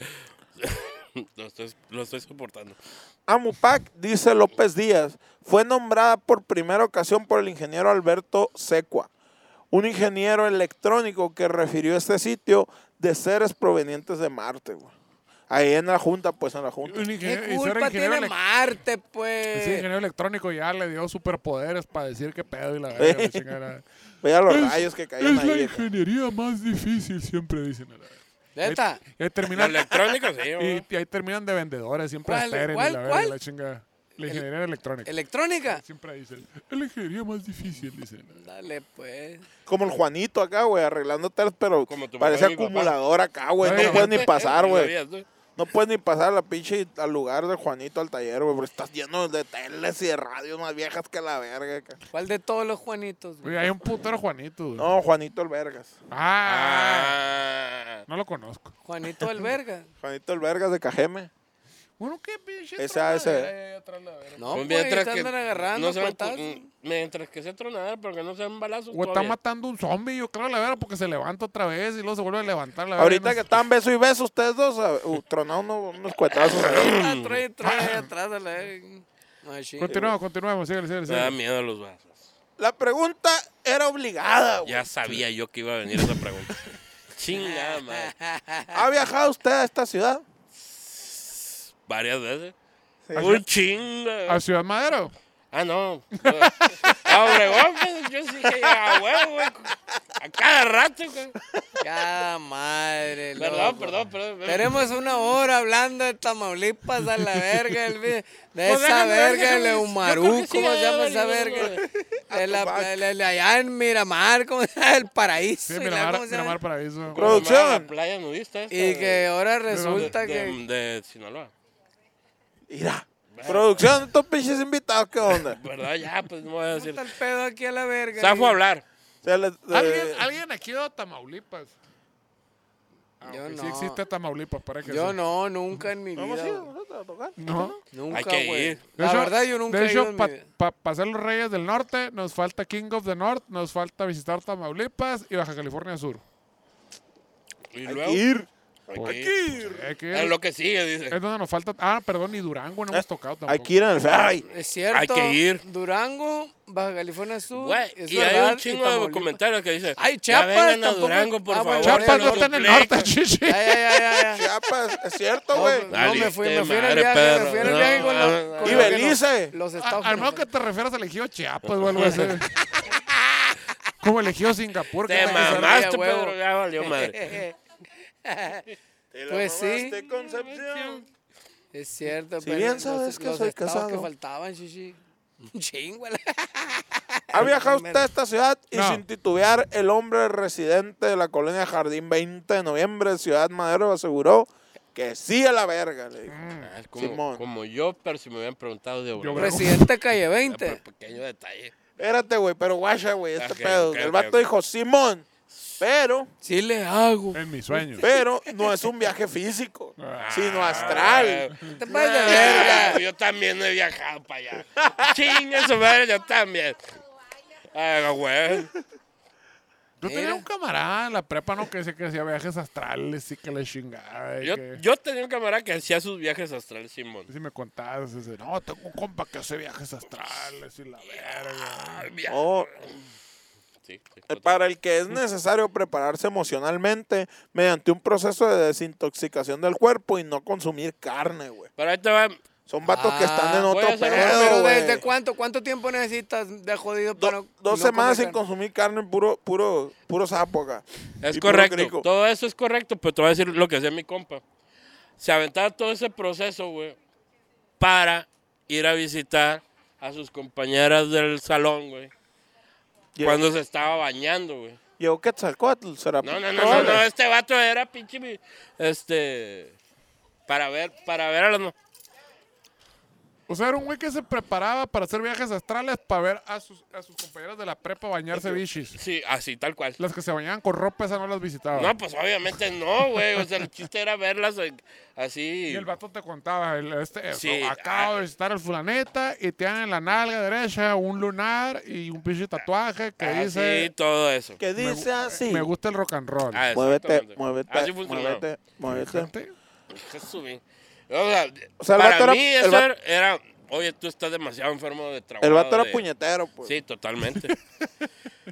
Lo estoy, lo estoy soportando.
Amupac, dice López Díaz, fue nombrada por primera ocasión por el ingeniero Alberto Secua, un ingeniero electrónico que refirió este sitio de seres provenientes de Marte. güey. Ahí en la junta, pues en la junta.
Un ingeniero-
¿Qué
y ser
culpa
ingeniero
tiene
elec-
Marte, pues?
ese ingeniero electrónico ya le dio superpoderes para decir qué pedo y la
Eh.
verga. la chingada.
Vea los rayos que caían
es la
ahí. eh. güey.
ingeniería más difícil, siempre dicen. a la verga.
Neta.
Y ahí
La
terminan,
electrónica, sí. güey.
y, y ahí terminan de vendedores, siempre
¿Cuál,
esperen y
cuál,
la verga
cuál?
y la chingada. La ingeniería electrónica.
¿Electrónica?
Siempre dicen, es la ingeniería más difícil, dicen.
Dale, pues.
Como el Juanito acá, güey, arreglando test, pero
Como tu mamá
parece
y mi papá.
acumulador acá, güey.
Ay,
No puedes ni
eh,
pasar,
Lo
güey.
sabías, ¿no?
No puedes ni pasar a la pinche al lugar de Juanito al taller, güey, porque estás lleno de teles y de radios más viejas que la verga. ca-
¿Cuál de todos los Juanitos? güey?
Oye, hay un putero Juanito. güey.
No, Juanito el Vergas.
Ah,
Ah.
no lo conozco.
Juanito el verga.
Juanito el Vergas de Cajeme.
Bueno, qué pinche.
Ese,
trola
ese.
de ahí atrás, la verga.
No,
Pues
pues,
mientras
te
que
andan agarrando
no sean cu-
cuetazos.
mm, mientras que se tronadera, pero que no sean balazos.
O está
todavía.
matando un zombie, yo creo, la verga, porque se levanta otra vez y luego se vuelve a levantar la verga.
Ahorita
No sé.
que están beso y beso ustedes dos, a- uh, tronaron unos, unos cuetazos.
Ah, trae, trae atrás de la verga. No, sí.
Continuamos, continuamos, síguele, síguele,
Me da
síguele.
miedo los balazos.
La pregunta era obligada, güey.
Ya sabía yo que iba a venir esa pregunta. Chingada madre.
¿Ha viajado usted a esta ciudad?
Varias veces.
Sí.
Un chinga.
A Ciudad Madero.
Ah, no. A Obregón, pues, yo sí que a huevo, güey. A cada rato, güey.
Ya, madre.
Perdón,
loco.
perdón, perdón.
Tenemos una hora hablando de Tamaulipas a la verga, el vi- de
Pues
esa
déjame,
verga, el
déjame. Yo creo que
Eumarú,
sí,
¿cómo se
ya
llama esa
venimos,
verga? De,
Tupac.
la, de, de allá en Miramar, ¿cómo se llama? El paraíso.
Sí,
y la-
Miramar,
¿cómo se llama?
Miramar Paraíso.
Creo- Producción.
La playa nudista esta,
Y
güey,
que ahora resulta
de,
que...
de Sinaloa.
Mira. Producción, estos pinches invitados, ¿qué onda?
¿Verdad? Ya, pues no voy a decir.
Está el pedo aquí a la verga.
Zafo a
güey.
hablar.
Se les-
Este,
eh,
¿Alguien, alguien aquí de Tamaulipas. Ah,
Yo
ok, Sí
no.
existe Tamaulipas, para que
Yo
sí.
no, nunca en mi vida.
vamos a ir
güey.
nosotros a tocar.
No.
Hay
Nunca,
que
güey.
ir.
De
La
hecho-
verdad, yo nunca
De
he ido
hecho,
en mi
para
vida.
ser los Reyes del Norte, nos falta King of the North, nos falta visitar Tamaulipas y Baja California Sur.
Y
Hay
luego.
que ir.
Hay que
Hay
ir.
que ir.
Hay Eh, que ir-
Es lo que sigue, dice.
Es donde nos falta. Ah, perdón, y Durango no hemos
Eh,
tocado tampoco.
Hay que ir en el... Ay,
Es cierto.
Hay que ir.
Durango, Baja California Sur.
Güey,
es
y
verdad,
hay un chingo de
Tamaulipas.
comentarios que dicen.
Ay,
"Ya
Chiapas
vengan a
tampoco-
Durango, por
Ah, bueno,
favor.
Chiapas
Ahora
no está en el norte, chichi.
Ya, ya, ya, ya, ya.
Chiapas, pues, es cierto,
No,
güey.
Pues, no, me fui, me fui en el
Valiste,
viaje,
Pues, madre,
me fui en el
perro.
viaje con, los-
No, Ah,
con
y
lo que nos-
Belice.
Los
A-
estados
Al menos
que
que te refieras al ejido Chiapas o algo así. Como el ejido Singapur. que
Te
está cruzando.
mamá.
mamaste,
huevo.
Pedro. Ya valió madre.
Te la
Pues sí.
mamaste, Concepción.
Es cierto,
Si
pero
bien
los-
sabes que
los
soy
estados
casado.
que Mm. faltaban, chichi. Un chingo. la-
¿Ha viajado usted a esta ciudad y
No.
sin titubear el hombre residente de la colonia Jardín 20 de noviembre de Ciudad Madero aseguró que sí a la verga? Le dijo.
Ah, es como,
Simón.
como yo, pero si me hubieran preguntado de Obregón.
Presidente Calle
Ah, pero
20.
Pequeño detalle.
Espérate, güey, pero guacha, güey, este
Ok,
pedo.
ok,
el
ok,
vato
ok.
dijo, Simón, pero,
pues, Sí le hago.
En mis sueños.
pero no es un viaje físico, sino astral.
Ah,
Te pases de verga.
Yo también he viajado para allá. Chinga su madre, yo también. Ah, güey.
Yo tenía
Mira.
un camarada en la prepa, ¿no? Que decía que hacía viajes astrales y que le chingaba. y
Yo,
que-
yo tenía un camarada que hacía sus viajes astrales, Simón.
Si me contabas, ese, no, tengo un compa que hace viajes astrales y la verga.
Ah, via-
Oh,
Sí, sí,
eh, para el que es necesario prepararse emocionalmente mediante un proceso de desintoxicación del cuerpo y no consumir carne, güey.
Pero ahí te va.
Son vatos que están
Ah,
en
voy a
otro
hacer un
pedo,
Pero
güey.
¿desde cuánto? ¿Cuánto tiempo necesitas de jodido
Do-
para no- no
dos
comer
semanas sin
carne?
consumir carne, puro, puro, puro sapo acá.
Es
Y puro
correcto.
crico.
Todo eso es correcto, pero te voy a decir lo que hacía mi compa. Se aventaba todo ese proceso, güey, para ir a visitar a sus compañeras del salón, güey.
Llegó-
Cuando se estaba bañando, güey.
Llegó Quetzalcóatl, será.
No, no, no, no, no, este vato era pinche mi- este para ver para ver a las mu-
O sea, era un güey que se preparaba para hacer viajes astrales para ver a sus, a sus compañeros de la prepa bañarse bichis.
Sí, así, tal cual.
Las que se bañaban con ropa, esas no las visitaba.
No, pues obviamente no, güey. O sea, el chiste era verlas eh, así.
Y el vato te contaba, el, este,
Sí,
acabo
ah.
de visitar el fulaneta y te dan en la nalga derecha un lunar y un pinche tatuaje que
así,
dice,
todo eso.
Que dice así.
me gusta el rock and roll.
Ah,
Muévete,
exactamente. Así
muévete,
funcionó.
muévete, muévete.
Gente,
Jesús, güey. O sea,
O sea, el
para
vato era-
mí
el
eso
vato-
era, oye, tú estás demasiado enfermo de trabajo.
El vato era
de-
puñetero, pues.
Sí, totalmente.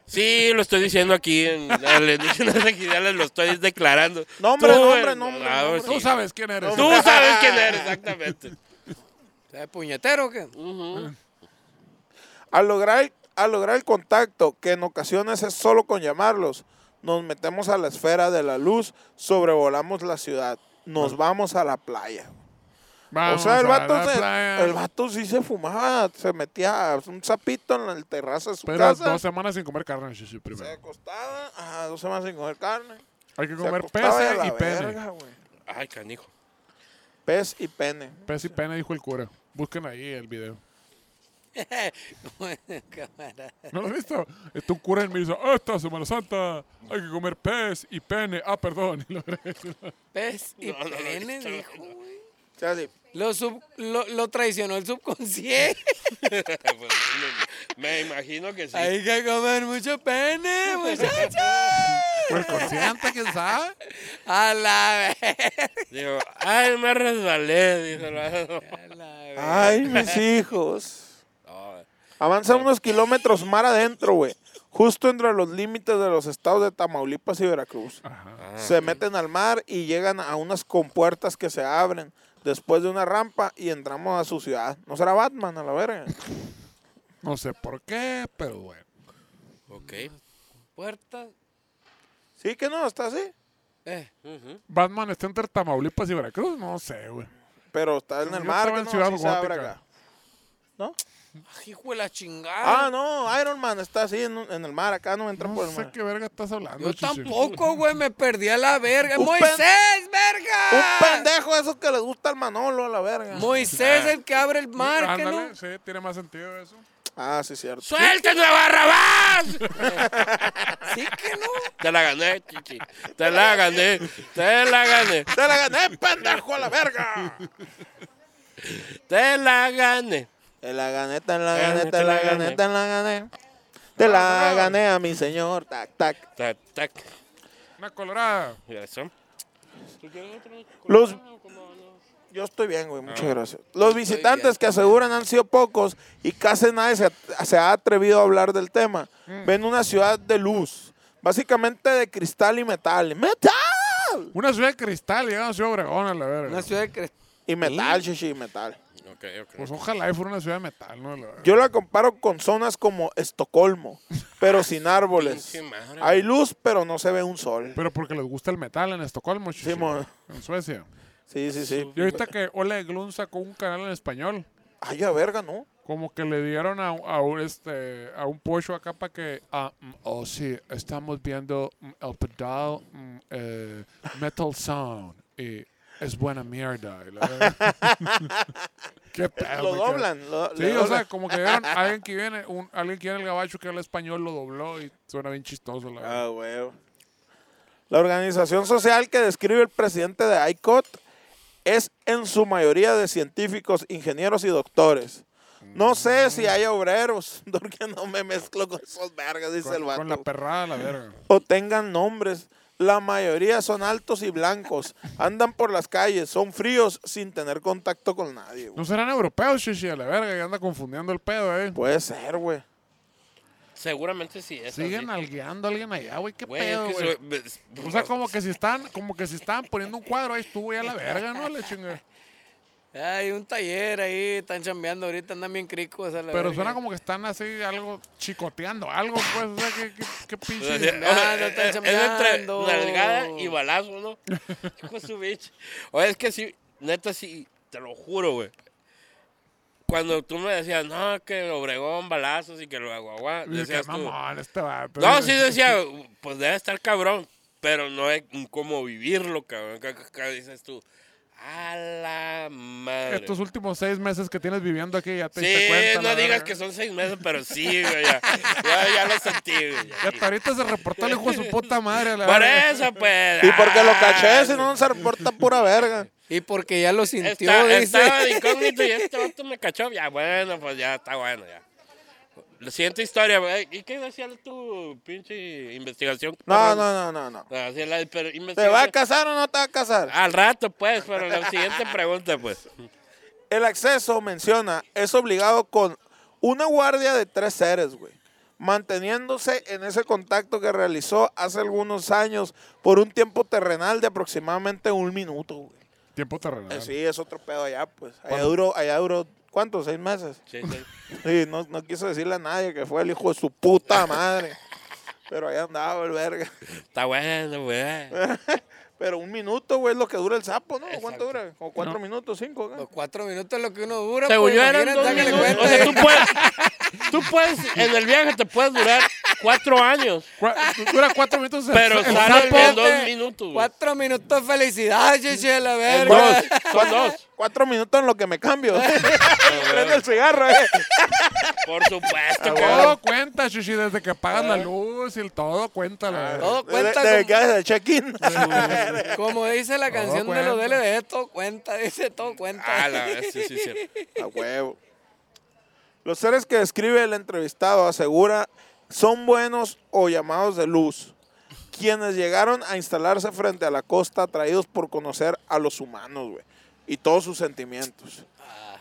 Sí, lo estoy diciendo aquí en Alienígenas Ejidales, lo estoy declarando.
No, hombre,
Tú,
no,
güey,
hombre, no, hombre,
ah,
no, hombre.
sí.
Tú sabes quién eres.
Tú sabes quién eres, exactamente.
¿Sabes puñetero o qué?
Al lograr, el- al lograr el contacto, que en ocasiones es solo con llamarlos, nos metemos a la esfera de la luz, sobrevolamos la ciudad, nos vamos a la playa.
Ah. Vamos
o sea, el
a
vato,
la
se-
playa.
el vato sí se fumaba, se metía un sapito en la terraza de su
Pero
casa.
dos semanas sin comer carne, sí, sí,
Se
primero.
acostaba, ajá, dos semanas sin comer carne.
Hay que
Se
comer
acostaba
pez
a la
y pene.
verga, güey.
Ay, canijo.
Pez y pene.
Pez y pene, dijo el cura. Busquen ahí el video.
Bueno, camarada.
¿No lo has visto? Está un cura en misa. "Ah, Esta Semana Santa hay que comer pez y pene. Ah, perdón. Y lo regresa.
Pez y
No, no lo he
pene,
visto, no.
dijo, güey.
O sea, así,
Lo, sub- lo, lo traicionó el subconsciente.
Pues, me, me imagino que sí.
Hay que comer mucho pene, muchachos.
Por el consciente, quién sabe.
A la vez.
Digo, ay, me resbalé, dice el vato.
A la vez.
Ay, mis hijos.
No,
Avanza unos kilómetros mar adentro, güey. Justo entre los límites de los estados de Tamaulipas y Veracruz. se meten al mar y llegan a unas compuertas que se abren después de una rampa y entramos a su ciudad. No será Batman, a la verga.
No sé por qué, pero bueno.
ok.
Puerta.
Sí que no, está así.
Eh,
Batman está entre Tamaulipas y Veracruz. No sé, güey.
Pero está en
Yo
el mar,
estaba
que
en
no,
Ciudad
así se abre
Gótica.
acá. ¿No?
ay, hijo de la chingada.
Ah, no, Iron Man está así en, en el mar, acá no entra
No
por el
sé
mar.
qué verga estás hablando.
Yo
Chichi.
tampoco, güey, me perdí a la verga.
Un pen-
¡Moisés, verga!
Un pendejo de esos que les gusta el Manolo, a la verga.
Moisés el que abre el mar, que
Ándale,
no.
sí, tiene más sentido eso.
Ah, sí, cierto.
¡Suéltenlo, Barrabás!
Sí que no.
Te la gané, chichi. Te la gané. Te la gané.
¡Te la gané, pendejo, a la verga!
Te la gané.
Te la gané, te la
Te la
gané, te la gané, te la gané. Te la gané a mi señor, tac, tac.
Tac, tac.
Una colorada.
Gracias.
Los... Ah. Yo estoy bien, güey, muchas gracias. Los visitantes que aseguran han sido pocos y casi nadie se, at- se ha atrevido a hablar del tema. Ven una ciudad de luz, básicamente de cristal y metal. ¡Metal!
Una ciudad de cristal. Llega a Ciudad Obregón, a la verga.
Una ciudad de cre-
Y metal, chichi, metal.
Ok, ok.
Pues ojalá y fuera una ciudad de metal, ¿no? A la verga.
Yo la comparo con zonas como Estocolmo, pero sin árboles.
Pinche madre.
Hay luz, pero no se ve un sol.
Pero porque les gusta el metal en Estocolmo, chichi,
Sí, mo.
en Suecia.
Sí, sí, sí.
Y ahorita que Ole Glun sacó un canal en español,
Ay, a verga, ¿no?
como que le dieron a, a un, este, a un pocho acá para que, ah, mm, oh sí, estamos viendo mm, el pedal mm, eh, Metal Sound y es buena mierda. y la- Qué pedo,
Lo
me quedé.
doblan. lo-
Ah, Sí, o
le
sea,
doblan.
como que dieron a alguien que viene, un, alguien que viene el gabacho que habla español lo dobló y suena bien chistoso. La verdad.
Ah, huevo. La organización social que describe el presidente de ICOT es en su mayoría de científicos, ingenieros y doctores. No sé
Mm.
si hay obreros, porque no me mezclo con esos vergas, dice el
con,
vato.
con la perrada, la verga.
o tengan nombres. La mayoría son altos y blancos, andan por las calles, son fríos sin tener contacto con nadie. güey.
No serán europeos, chichi, a la verga, que anda confundiendo el pedo, eh.
Puede ser, güey.
Seguramente sí es.
Siguen
así.
algueando a alguien allá, güey, qué
Güey, es
pedo,
que
güey.
se-
O sea, como que si están, como que si están poniendo un cuadro, ahí estuvo ya la verga, ¿no? Le chingue.
Hay un taller ahí, están chambeando ahorita, andan bien cricos. A la
Pero
verga.
suena como que están así algo chicoteando, algo, pues, o sea, qué, qué, qué
O
pinche.
sea,
Chambeando,
es-
están
es entre
chambeando.
nalgada y balazo, ¿no? Hijo de su bitch. Oye, es que sí, neta, sí, te lo juro, güey. Cuando tú me decías, no, que Obregón, balazos y que lo aguagua,
Dice, Qué
decías tú.
mamón este vato.
No, sí decía, pues debe estar cabrón, pero no es cómo vivirlo, cabrón. Acá- acá- Acá dices tú, A la madre.
Estos últimos seis meses que tienes viviendo aquí ya te
Sí,
diste cuenta.
no
la
digas
verga.
que son seis meses, pero sí, güey. Ya, ya, ya lo sentí, güey.
Y hasta ahorita se reportó el hijo de su puta madre. a La
Por
verga.
eso, pues.
Y porque lo
ah,
caché, si no se reporta pura verga.
Y porque ya lo sintió,
Está,
dice.
estaba de incógnito y este vato me cachó. Ya, bueno, pues ya está bueno, ya. La siguiente historia, güey. ¿Y qué decía tu pinche investigación?
No, no, no, no, no.
Así la, pero
¿Te
investigación-
vas a casar o no te vas a casar?
Al rato, pues, pero la siguiente pregunta, pues.
El acceso, menciona, es obligado con una guardia de tres seres, güey. Manteniéndose en ese contacto que realizó hace algunos años por un tiempo terrenal de aproximadamente un minuto, güey.
Tiempo
Eh,
terrenal.
Sí, es otro pedo allá, pues. Allá duró, allá duró, ¿cuánto? ¿Seis meses?
Sí, sí.
Sí, no, no quiso decirle a nadie que fue el hijo de su puta madre. Pero allá andaba el verga.
Está bueno, güey.
Pero un minuto, güey, es lo que dura el sapo, ¿no? ¿Cuánto
Exacto.
dura? ¿O cuatro minutos, cinco? acá?
Los cuatro minutos es lo que uno dura.
Según
pues,
yo eran
imagínate,
dos
sácale
minutos.
cuenta.
O sea, tú puedes, tú puedes, en el viaje te puedes durar cuatro años,
Cua- Dura cuatro minutos. el-
pero
el
salen
sapo-
en dos minutos. güey.
Cuatro minutos felicidad, chichi, a la verga.
Dos, son dos.
Cuatro minutos en lo que me cambio. Prende el cigarro, eh.
Por
Ah,
supuesto, cabrón.
Todo cuenta, Shishi, desde que apagas
Ah.
la luz y el todo cuenta. la verga.
Todo
De,
cuenta
de,
como-
que haces el check-in.
Como dice la canción de los
cuenta.
DLD, todo cuenta, dice todo cuenta.
Ah, la verdad, sí, sí, sí.
A huevo. Los seres que describe el entrevistado asegura son buenos o llamados de luz, quienes llegaron a instalarse frente a la costa atraídos por conocer a los humanos, güey, y todos sus sentimientos.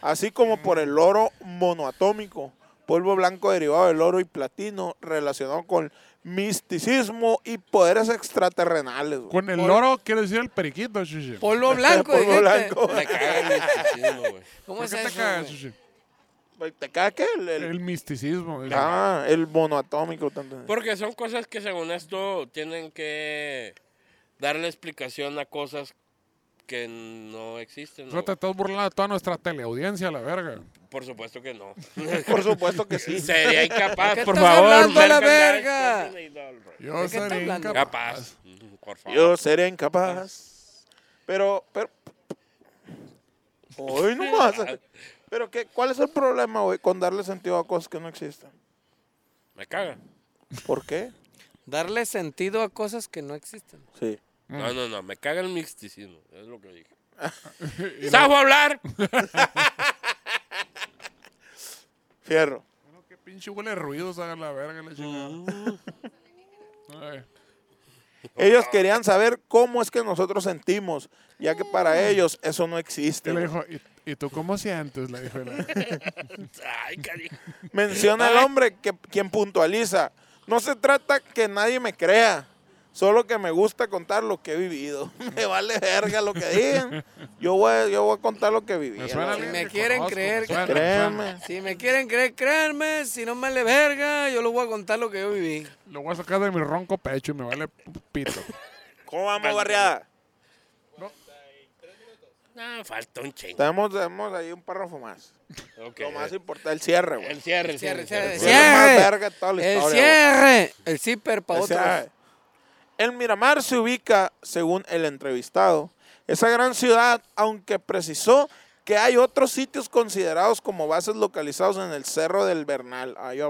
Así como por el oro monoatómico, polvo blanco derivado del oro y platino relacionado con misticismo y poderes extraterrenales, güey.
Con el loro quiere decir el periquito, Shishi. ¿Por
Polvo blanco,
Polvo
dijiste.
blanco.
Me cagan el misticismo, güey.
¿Cómo
qué
es
te
eso?
cagas,
güey?
Shishi?
¿Te cae qué? El, el-
El misticismo. el-
ah, el monoatómico. tanto.
Porque son cosas que según esto tienen que darle explicación a cosas que no existen.
Solo te
güey.
estás burlando de toda nuestra teleaudiencia, la verga.
Por supuesto que no.
Por supuesto que sí.
Sería incapaz,
¿Qué
por
estás
favor.
hablando a la
merchandise,
verga?
no tiene idol, güey.
Yo
¿De qué está
seré
hablando?
incapaz.
Capaz. Mm, Por favor.
Yo sería incapaz. Pero, pero. Hoy no más. Pero, qué, ¿cuál es el problema, güey, con darle sentido a cosas que no existen?
Me caga.
¿Por qué?
Darle sentido a cosas que no existen.
Sí.
No, no, no, me caga el misticismo, es lo que dije. ¡Sajo a hablar!
Fierro.
Bueno, qué pinche huele de ruido, saca la verga, la chingada.
Mm.
Ay.
Ellos querían saber cómo es que nosotros sentimos, ya que para ellos eso no existe.
Ah. Y le
güey.
dijo, ¿y, y tú cómo sientes? Le dijo. la-
¡Ay, cariño!
Menciona
Ah.
el hombre que, quien puntualiza. No se trata que nadie me crea, solo que me gusta contar lo que he vivido. Me vale verga lo que digan. Yo voy, a- yo voy a contar lo que viví.
Me suena
Si
bien,
me
que
quieren
conozco,
creer,
me suena, me
Créeme.
Si me quieren creer, créanme. Si no me le verga, yo les voy a contar lo que yo viví.
suena. Lo voy a sacar de mi ronco pecho y me vale pito.
¿Cómo vamos, barriada?
No, Ah, falta un chingo.
Tenemos, tenemos ahí un párrafo más.
Ok.
Lo más importante, el cierre, güey.
El cierre, el cierre.
Cierre,
El cierre.
cierre,
Fue lo más verga
cierre.
de toda la
El
historia,
cierre. El zipper para
O
otros.
sea, el Miramar se ubica, según el entrevistado, esa gran ciudad, aunque precisó que hay otros sitios considerados como bases localizados en el Cerro del Bernal. Ay, a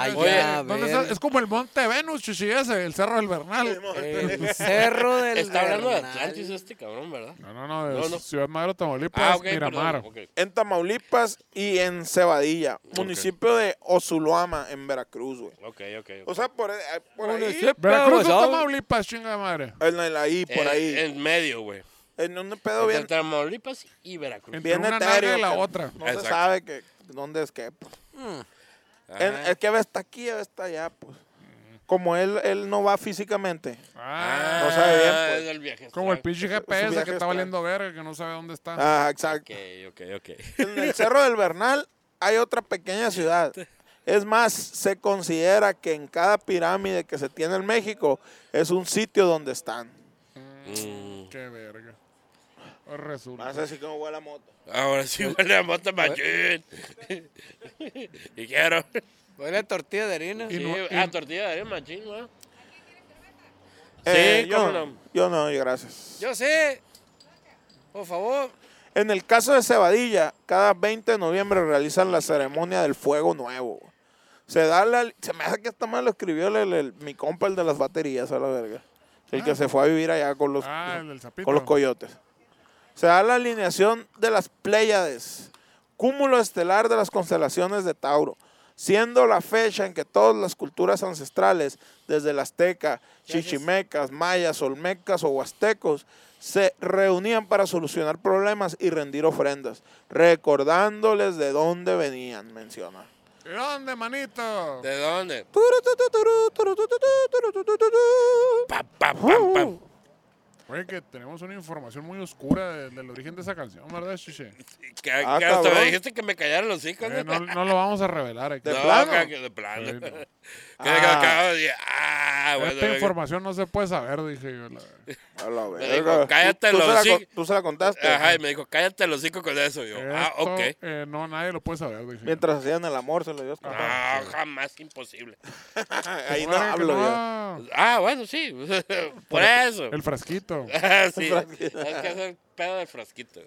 Ay,
Oye,
ya,
¿Dónde
ver.
está? Es como el Monte Venus, chichi, ese, el Cerro del Bernal.
El cerro del
Está hablando de
Bernal.
Atlantis este cabrón, ¿verdad?
No, no, no, de
No, no.
Ciudad Madero, Tamaulipas,
Ah, ok,
Miramar.
perdón. ok.
En Tamaulipas y en Cebadilla, municipio de Ozuloama, en Veracruz, güey.
Ok, ok. ok.
O sea, por, eh, por ahí,
Municipio.
Veracruz o
Pero, ¿sabes?
Tamaulipas, chinga madre.
en el ahí, por
Eh,
ahí.
En medio, güey.
En un pedo bien,
Entre Tamaulipas y Veracruz.
Entre
Bien
una nalga
etéreo,
y la
pero-
otra.
No se
Exacto.
sabe que, dónde es que. pues. En-
Ajá.
el que ve está aquí, ve está allá, pues. Como él, él no va físicamente.
Ah,
no sabe bien, pues.
es el viaje. astral.
como el pinche
su
GPS
viaje
que está
está-
valiendo verga, que no sabe dónde está.
Ah, exacto.
Ok, ok, ok.
En el Cerro del Bernal hay otra pequeña ciudad. Es más, se considera que en cada pirámide que se tiene en México es un sitio donde están.
Qué verga. Pues Resulta.
Más así como huele la moto.
Ahora sí huele a mota machín. y quiero.
Huele a tortilla de harina.
Y
Sí,
no-
ah,
y-
tortilla de machín, güey. Sí,
Eh, yo,
cómo
no.
no.
yo no, yo gracias.
Yo sé. Por favor.
En el caso de Cebadilla, cada 20 de noviembre realizan la ceremonia del fuego nuevo. Se da la- Se me hace que esta mal lo escribió el- el- el- mi compa, el de las baterías, a la verga. El que se fue a vivir allá con los,
Ah, el del sapito.
con los coyotes. Se da la alineación de las Pléyades, cúmulo estelar de las constelaciones de Tauro, siendo la fecha en que todas las culturas ancestrales, desde el azteca, chichimecas, mayas, olmecas o huastecos, se reunían para solucionar problemas y rendir ofrendas, recordándoles de dónde venían, menciona.
¿Y dónde, manito?
¿De dónde? Pa, pa, pam, pam.
Oye, que tenemos una información muy oscura de- del origen de esa canción, ¿verdad, Chiche?
Que,
Ah,
que hasta me
cabrón.
dijiste que me callaron los hijos.
Eh, no, no lo vamos a revelar aquí.
De plano.
que- de plano.
Sí, no.
Que- que-
Ah.
que- que- ah, bueno,
Esta
bueno.
información no se puede saber, dije yo. la verdad.
A la
Me dijo,
verga.
"Cállate,
¿Tú, tú se
lo
la,
sí".
con- tú se la contaste.
Ajá, y me dijo, cállate los hijos con eso. Y yo, ah,
Esto,
ok.
eh, no, nadie lo puede saber, dije yo.
Mientras hacían el amor, se lo dio.
No, jamás imposible.
Ahí no
Claro que
hablo yo.
no.
Ah, bueno, sí. Por eso.
El frasquito.
sí. Es que es el pedo del frasquito.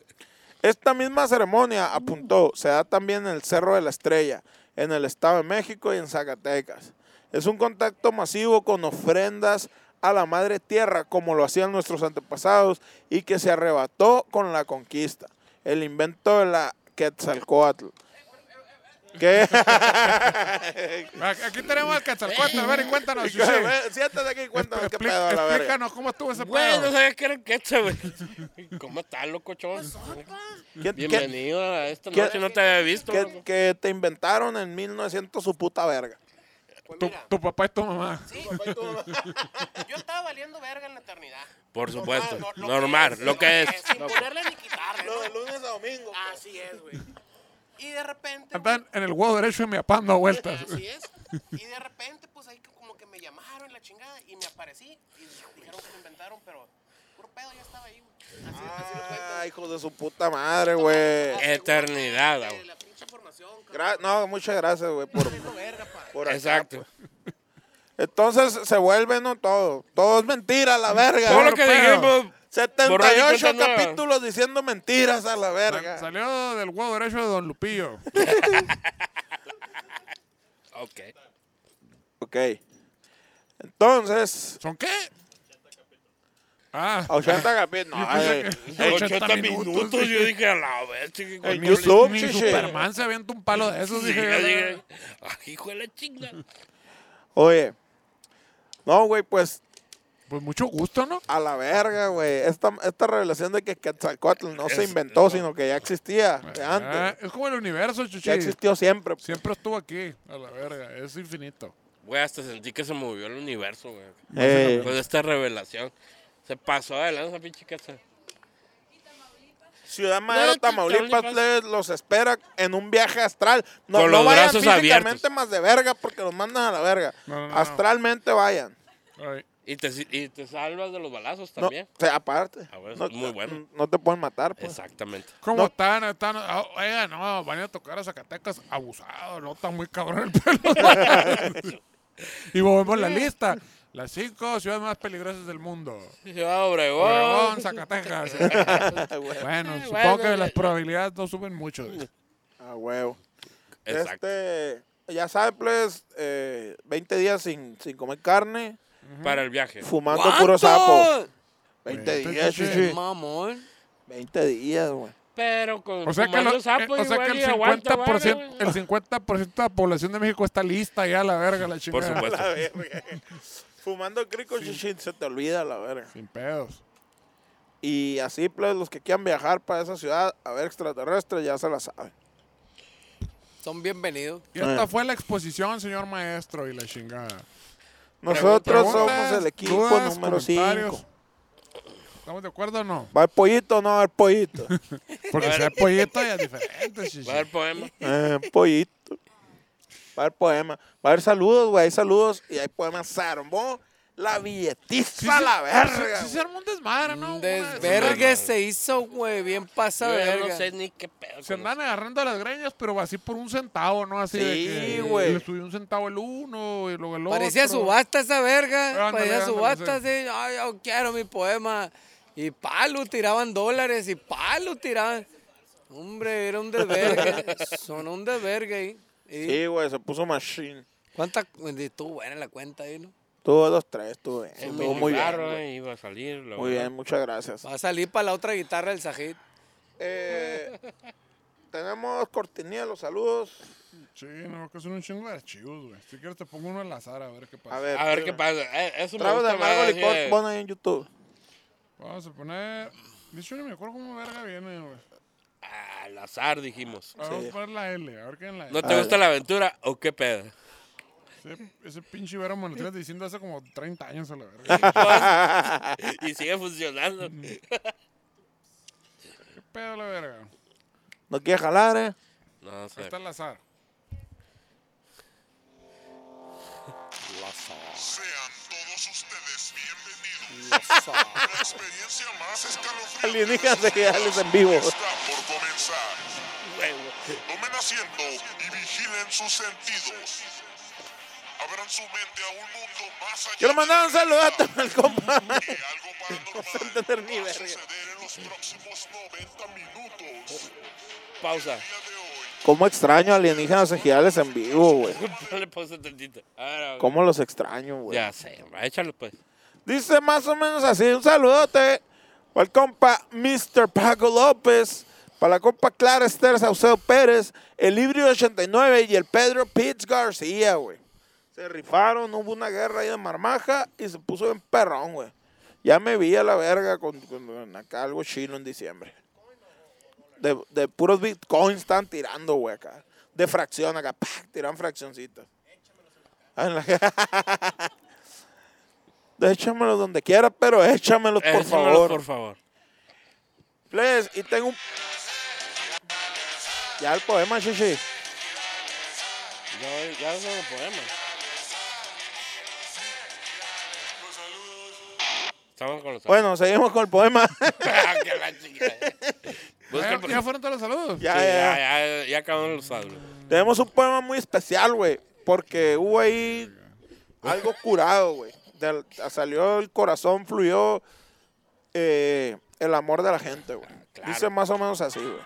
Esta misma ceremonia, apuntó, se da también en el Cerro de la Estrella, en el Estado de México y en Zacatecas. Es un contacto masivo con ofrendas a la Madre Tierra, como lo hacían nuestros antepasados, y que se arrebató con la conquista, el invento de la Quetzalcoatl. ¿Qué?
Aquí aquí tenemos al Quetzalcóatl. A ver, y cuéntanos, Chiche.
Siéntate aquí y cuéntame qué
Expli-
pedo a la verga.
explícanos cómo estuvo ese
Güey, no
pedo.
sabía que era el quetzal, güey. ¿Cómo estás, locochón?
Pues,
¿Quién- quién-
Bienvenido a esta
¿Qué-
noche, no te había visto.
que,
loco.
que te inventaron en 1900 su puta verga. pues
Tu, tu papá y tu mamá.
Sí. Yo estaba valiendo verga en la eternidad.
Por supuesto,
Normal, lo- lo
normal,
que es,
lo que es.
Sin ponerle ni quitarle. ¿no?
lunes a domingo. pues.
Así es, güey. Y de repente.
Andan en el huevo derecho y mi papá dando vueltas.
Ah,
Así es. Y de repente, pues ahí como que me llamaron la chingada y me aparecí. Y dijeron que me inventaron, pero puro pedo, ya estaba ahí, güey. Así, así lo cuento.
Ah, hijos de su puta madre, güey.
Asegúrate
Eternidad,
de
güey.
La pinche formación, cabrón.
Gra- no, muchas gracias, güey, por,
Valiendo verga, pa.
por acá,
Exacto.
pues. Entonces se vuelve, ¿no? Todo. Todo es mentira, la verga.
Todo lo que
Pero-
dijimos, borrón y
78
cuenta nueva.
capítulos diciendo mentiras a la verga.
Salió del huevo derecho de Don Lupillo.
Ok.
Ok. Entonces,
¿Son qué? Ah,
a 80 capítulos. No, ay,
Ey,
80,
80
minutos,
minutos,
yo dije a la vez. chiqui, con
En
mi-
YouTube.
ni
chiche.
Superman se avienta un palo de esos.
Sí,
dije, "Ah, yo,
yo dije, "Ay, hijo de la chinga.
Oye. No, güey, pues
Pues mucho gusto, ¿no?
a la verga, güey. Esta, esta revelación de que Quetzalcoatl no se inventó, sino que ya existía de
Ah,
antes.
es como el universo,
Ya
chuchi.
existió siempre.
Siempre estuvo aquí, a la verga. Es infinito.
Güey, hasta sentí que se movió el universo, güey.
Eh,
Con esta revelación. Se pasó de lanza, pinche casa.
Ciudad Madero,
No,
Tamaulipas,
Tamaulipas.
plebes, los espera en un viaje astral. No,
Con
no
los
vayan
brazos
físicamente
abiertos.
más de verga porque los mandan a la verga.
No, no, no, no.
Astralmente vayan.
Ay,
Y te, y te salvas de los balazos
No, o
también.
sea, aparte.
Ah, bueno,
no,
es muy bueno.
no te pueden matar. Pues.
Exactamente.
¿Cómo
No.
están? están ah, oiga, no, van a ir a tocar a Zacatecas abusado, no está muy cabrón el pelo. y volvemos a la lista. Las cinco ciudades más peligrosas del mundo.
Ciudad "Ah, Obregón.
Obregón, Zacatecas. bueno,
Eh,
supongo
bueno,
que las
eh.
probabilidades no suben mucho. dice.
A huevo.
Exacto.
Este, ya saben, pues, eh, 20 días sin, sin comer carne,
Para el viaje.
fumando
¿Cuánto?
puro sapo. 20
Veinte
días,
días.
chichi.
Mamón.
20 días, güey.
Pero con
O sea que,
fumando
lo-
sapo
eh, o sea
igual
que el,
y aguanta
50%,
vara, güey.
el 50% de la población de México está lista ya, la verga, la
Por
chingada.
supuesto.
La verga. Fumando crico, chichi, se te olvida la verga.
Sin pedos.
Y así, pues, los que quieran viajar para esa ciudad a ver extraterrestres ya se la saben.
Son bienvenidos.
Y esta
Eh.
fue la exposición, señor maestro, y la chingada.
Nosotros
Preguntas,
somos el equipo
dudas,
número
comentarios.
5.
¿Estamos de acuerdo o no?
¿Va el pollito o no va el pollito?
Porque si hay pollito ya es diferente, chichi.
Va a haber poema.
Eh, pollito. Va el poema. Va a haber saludos, güey. Hay saludos y hay poemas. Se armó la
Sí
billetiza a
se-
la verga.
Sí, sí se
güey.
armó un desmadre, ¿no?
Un
Una-
desvergue se hizo, güey. Bien
Yo
pasado,
ya
verga.
no sé ni qué pedo.
Se
con
andan agarrando las greñas, pero así por un centavo, ¿no? Así de
Sí,
que
güey.
Le subió un centavo el uno y luego el otro.
Parecía subasta esa verga.
Ándale,
parecía
ándale,
subasta,
sí.
sí. Ay, yo quiero mi poema. Y palo tiraban dólares y palo tiraban. Hombre, era un desvergue. Sonó un desvergue ahí. Y
Sí, güey, se puso machine.
¿Cuánta? y Estuvo buena la cuenta ahí, ¿no?
Tuvo dos, tres, tuve. Estuvo muy bien.
Claro,
güey.
eh, iba a salir. la
Muy
verdad.
bien, muchas gracias.
Va a salir para la otra guitarra del Sajid.
Eh, tenemos cortinilla, los saludos.
Sí, no, que son un chingo de archivos, güey. Si quieres te pongo uno al azar a ver qué pasa.
A ver.
A ver qué pasa. Eh, eso me
Tragos de
gusta
amargo
más,
licor,
eh.
pon ahí en YouTube.
Vamos a poner. De hecho, ni me acuerdo cómo verga viene, güey.
Al azar, dijimos.
A ver, Vamos a poner la L, a ver qué es la L.
¿No
Ah.
te gusta la aventura o qué pedo?
Ese, ese pinche Ibero me lo tienes diciendo hace como 30 años a la verga.
Y sigue funcionando.
¿Qué pedo la verga?
No quiere jalar, eh.
No sé.
Está el azar.
Sean todos ustedes bienvenidos. La experiencia más escalofriante
Alienígenas seguidales en vivo.
está por comenzar. Tomen asiento y vigilen sus sentidos. Abran su mente a un mundo más allá.
Yo le mandaba un saludo al compa.
de que algo
a entender ni
paranormal va a
verga.
suceder en los próximos 90 minutos.
Pausa.
El día de hoy,
¿Cómo extraño alienígenas ejidales en vivo, güey?
Ponle pausa tantito. Ahora,
¿Cómo los extraño, güey?
Ya sé, ma, échalo pues.
Dice más o menos así, un saludote para el compa Mr. Paco López, para la compa Clara Esther Saucedo Pérez, el Ibrio 89 y el Pedro Pitts García, güey. Se rifaron, hubo una guerra ahí de marmaja y se puso bien perrón, güey. Ya me vi a la verga con, con- con acá algo chino en diciembre. De, de puros bitcoins están tirando, güey, acá. De fracción acá, ¡pac! tiran fraccioncitas. Ah, en la- Échamelos donde quiera, pero échamelos, por
Échamelo,
favor.
Por favor.
Please, y tengo un... Ya el poema, chichi.
Ya, ya son los poemas. Estamos con los
Bueno, seguimos con el poema.
Ah, que la chica. Busca
Ya,
por-
ya fueron todos los saludos.
ya,
Sí,
ya.
ya, ya, ya acabaron los saludos.
Tenemos un poema muy especial, güey. Porque hubo ahí algo curado, güey. Del- Salió el corazón, fluyó eh, el amor de la gente, güey.
claro.
Dice más o menos así, güey.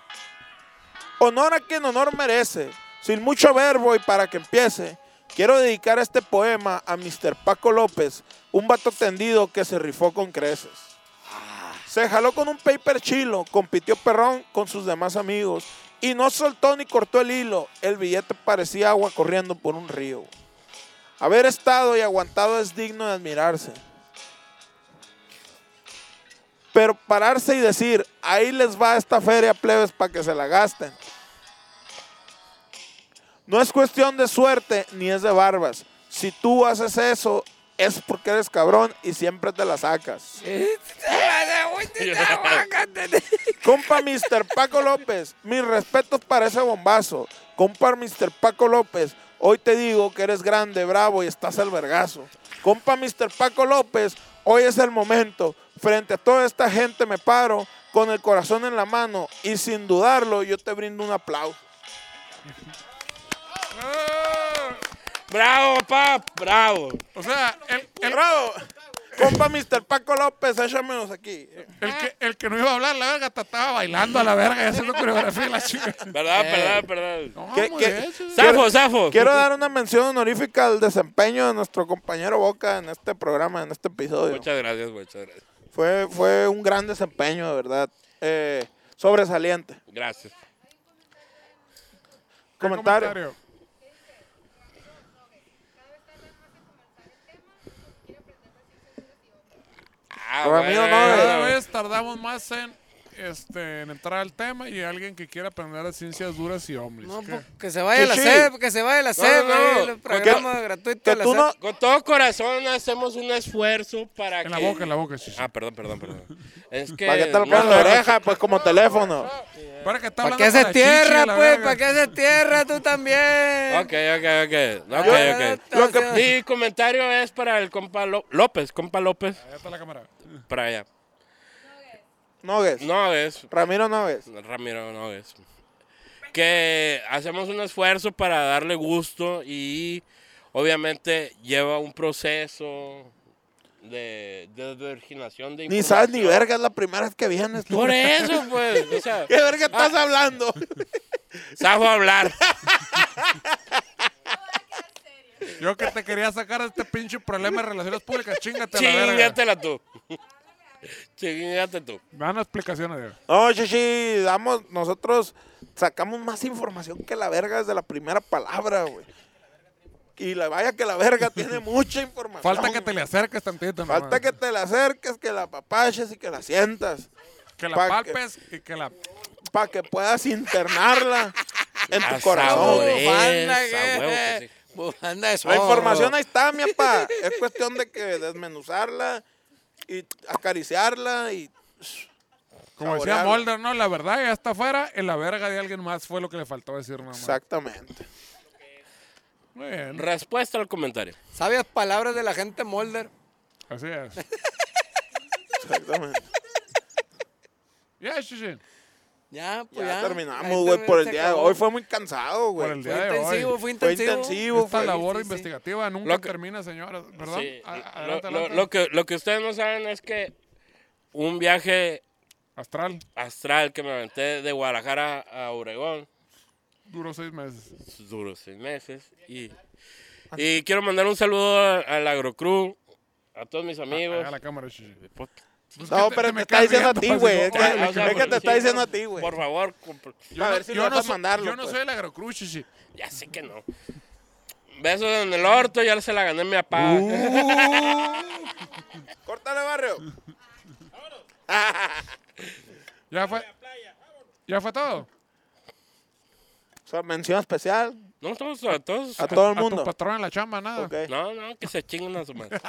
Honor a quien honor merece. Sin mucho verbo y para que empiece, quiero dedicar este poema a Mr. Paco López, un vato tendido que se rifó con creces. Se jaló con un paper chilo, compitió perrón con sus demás amigos y no soltó ni cortó el hilo. El billete parecía agua corriendo por un río. Haber estado y aguantado es digno de admirarse. Pero pararse y decir, ahí les va esta feria plebes para que se la gasten. No es cuestión de suerte ni es de barbas. Si tú haces eso, es porque eres cabrón y siempre te la sacas. Compa Mr. Paco López, mis respetos para ese bombazo. Compa Mr. Paco López, hoy te digo que eres grande, bravo y estás al vergazo. Compa Mr. Paco López, hoy es el momento. Frente a toda esta gente me paro con el corazón en la mano y sin dudarlo yo te brindo un aplauso.
Bravo, pap, bravo.
O sea, el, el,
Bravo. Compa Mr. Paco López, échamelos aquí.
el, que, el que no iba a hablar, la verga, hasta estaba bailando a la verga y haciendo coreografía y la chica.
Verdad, verdad, verdad.
No,
¿Qué-
muy
qué-
bien, sí.
Zafo,
Eh. Quiero-
zafo.
Quiero dar una mención honorífica al desempeño de nuestro compañero Boca en este programa, en este episodio.
Muchas gracias, muchas gracias.
Fue, fue un gran desempeño, de verdad. Eh, sobresaliente.
Gracias.
Comentario.
Ah,
Pero amigo, no,
Cada
eh.
vez tardamos más en, este, en entrar al tema y alguien que quiera aprender las ciencias duras y hombres.
No,
¿Qué?
pues, que se vaya la
Chichi.
CEP, que se vaya la CEP.
no,
ahí
no.
El programa
Que-
gratuito
Que
de la E
tú
CEP.
no,
Con todo corazón hacemos un esfuerzo para que...
En la boca, en la boca, sí, sí.
Ah, perdón, perdón, perdón. Es que...
para que te lo
no,
pongas en la
no,
oreja, pues como teléfono.
Para que está
¿Para
hablando
qué
con
haces
la chichi,
tierra,
la
pues?
verga.
¿Para qué haces tierra tú también?
Ok, ok, ok.
Ah,
Ok, ok.
no,
Lo que-
no,
Mi comentario es para el compa Ló- López, compa López,
Ahí está la cámara.
para allá.
Nogues.
No es,
Ramiro Nogues.
Ramiro, no es. Que hacemos un esfuerzo para darle gusto y obviamente lleva un proceso. de desvirginación de
Ni sabes ni
información.
verga, es la primera vez que vienes. tú.
Por eso, pues. O sea,
¿Qué verga estás hablando?
sabo hablar.
Yo que te quería sacar de este pinche problema de relaciones públicas, chingate a la verga.
Chingatela tú. Chingate tú.
Me dan explicaciones, Diego.
No, Shishi, damos, nosotros sacamos más información que la verga desde la primera palabra, güey. Y la vaya que la verga tiene mucha información.
Falta que te
güey.
le acerques tantito, nomás.
Falta que te la acerques, que la apapaches y que la sientas.
Que la
pa'
palpes y que la...
Para que puedas internala en tu
A
corazón.
sabores.
Bufanda,
Esa, huevo que
que,
sí.
bufanda de
La
zorro.
información ahí está, mi papá. Es cuestión de que desmenuzarla y acariciarla y.
Como decía
saborearla.
Mulder, ¿no? La verdad ya está afuera, en la verga de alguien más fue lo que le faltó decir nomás.
Exactamente.
Muy bien,
Respuesta al comentario.
Sabias palabras de la gente Molder.
así es.
Exactamente.
Ya, Shishin.
Ya, pues ya.
Ya terminamos,
Ahí
güey,
termi-
por el
se
día de
acabó.
hoy. Fue muy cansado, güey.
el día
Fue
de hoy.
intensivo, fue
Fue
intensivo.
intensivo,
Esta
fue.
labor
sí, sí.
investigativa nunca
Lo que-
termina, señora. Perdón.
Sí,
A-
lo-
adelante,
lo,
adelante.
lo que, lo que ustedes no saben es que un viaje
Astral
astral que me aventé de Guadalajara a Obregón
duró seis meses.
duró seis meses. Y, y quiero mandar un saludo a- al Agrocrew, a todos mis amigos.
Haga la cámara, Shishin. Pues,
No, pero te está diciendo a ti, güey. Es que
Oye, o
es
sea,
que te está
sí,
diciendo a ti, güey.
Por favor, compr-
A ver si lo vas a mandarlo.
Yo no
pues.
soy el agrocruz, Shishin.
ya sé que no. Besos en el orto, ya se la gané a mi papá.
Uh. Córtale, barrio.
Ya fue. Ya fue todo.
O sea, mención especial
No, todos, a todos.
a todo el
A tu
mundo.
patrón en la chamba, nada.
Ok.
No, no, que se chinguen a su madre.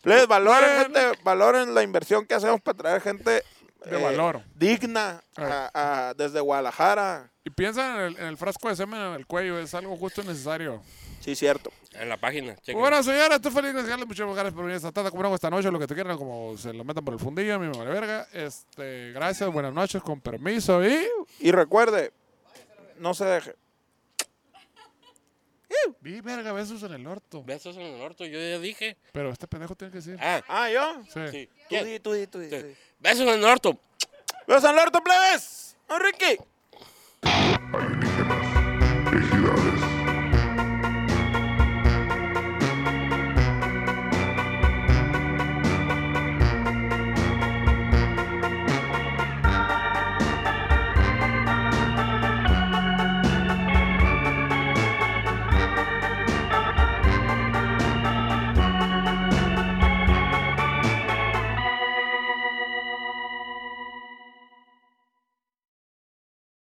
Please, valoren, gente, valoren la inversión que hacemos para traer gente eh,
De valor.
digna a- a- desde Guadalajara.
Y piensa en el, en el frasco de semen en el cuello, es algo justo y necesario.
Sí, cierto.
En la página. chequen.
Bueno, señora, estoy feliz de desearles muchas gracias por venir esta tarde, como esta noche, lo que te quieran, como se lo metan por el fundillo, a mí me vale verga. Este, gracias, buenas noches, con permiso y.
Y recuerde, no se deje.
Vi verga besos en el orto.
Besos en el orto, yo ya dije.
Pero este pendejo tiene que decir.
Ah,
Ah, ¿yo?
Sí.
sí.
Tú di, tú di, tú di.
Besos en el orto.
¡Los alerta, plebes! ¡Enrique!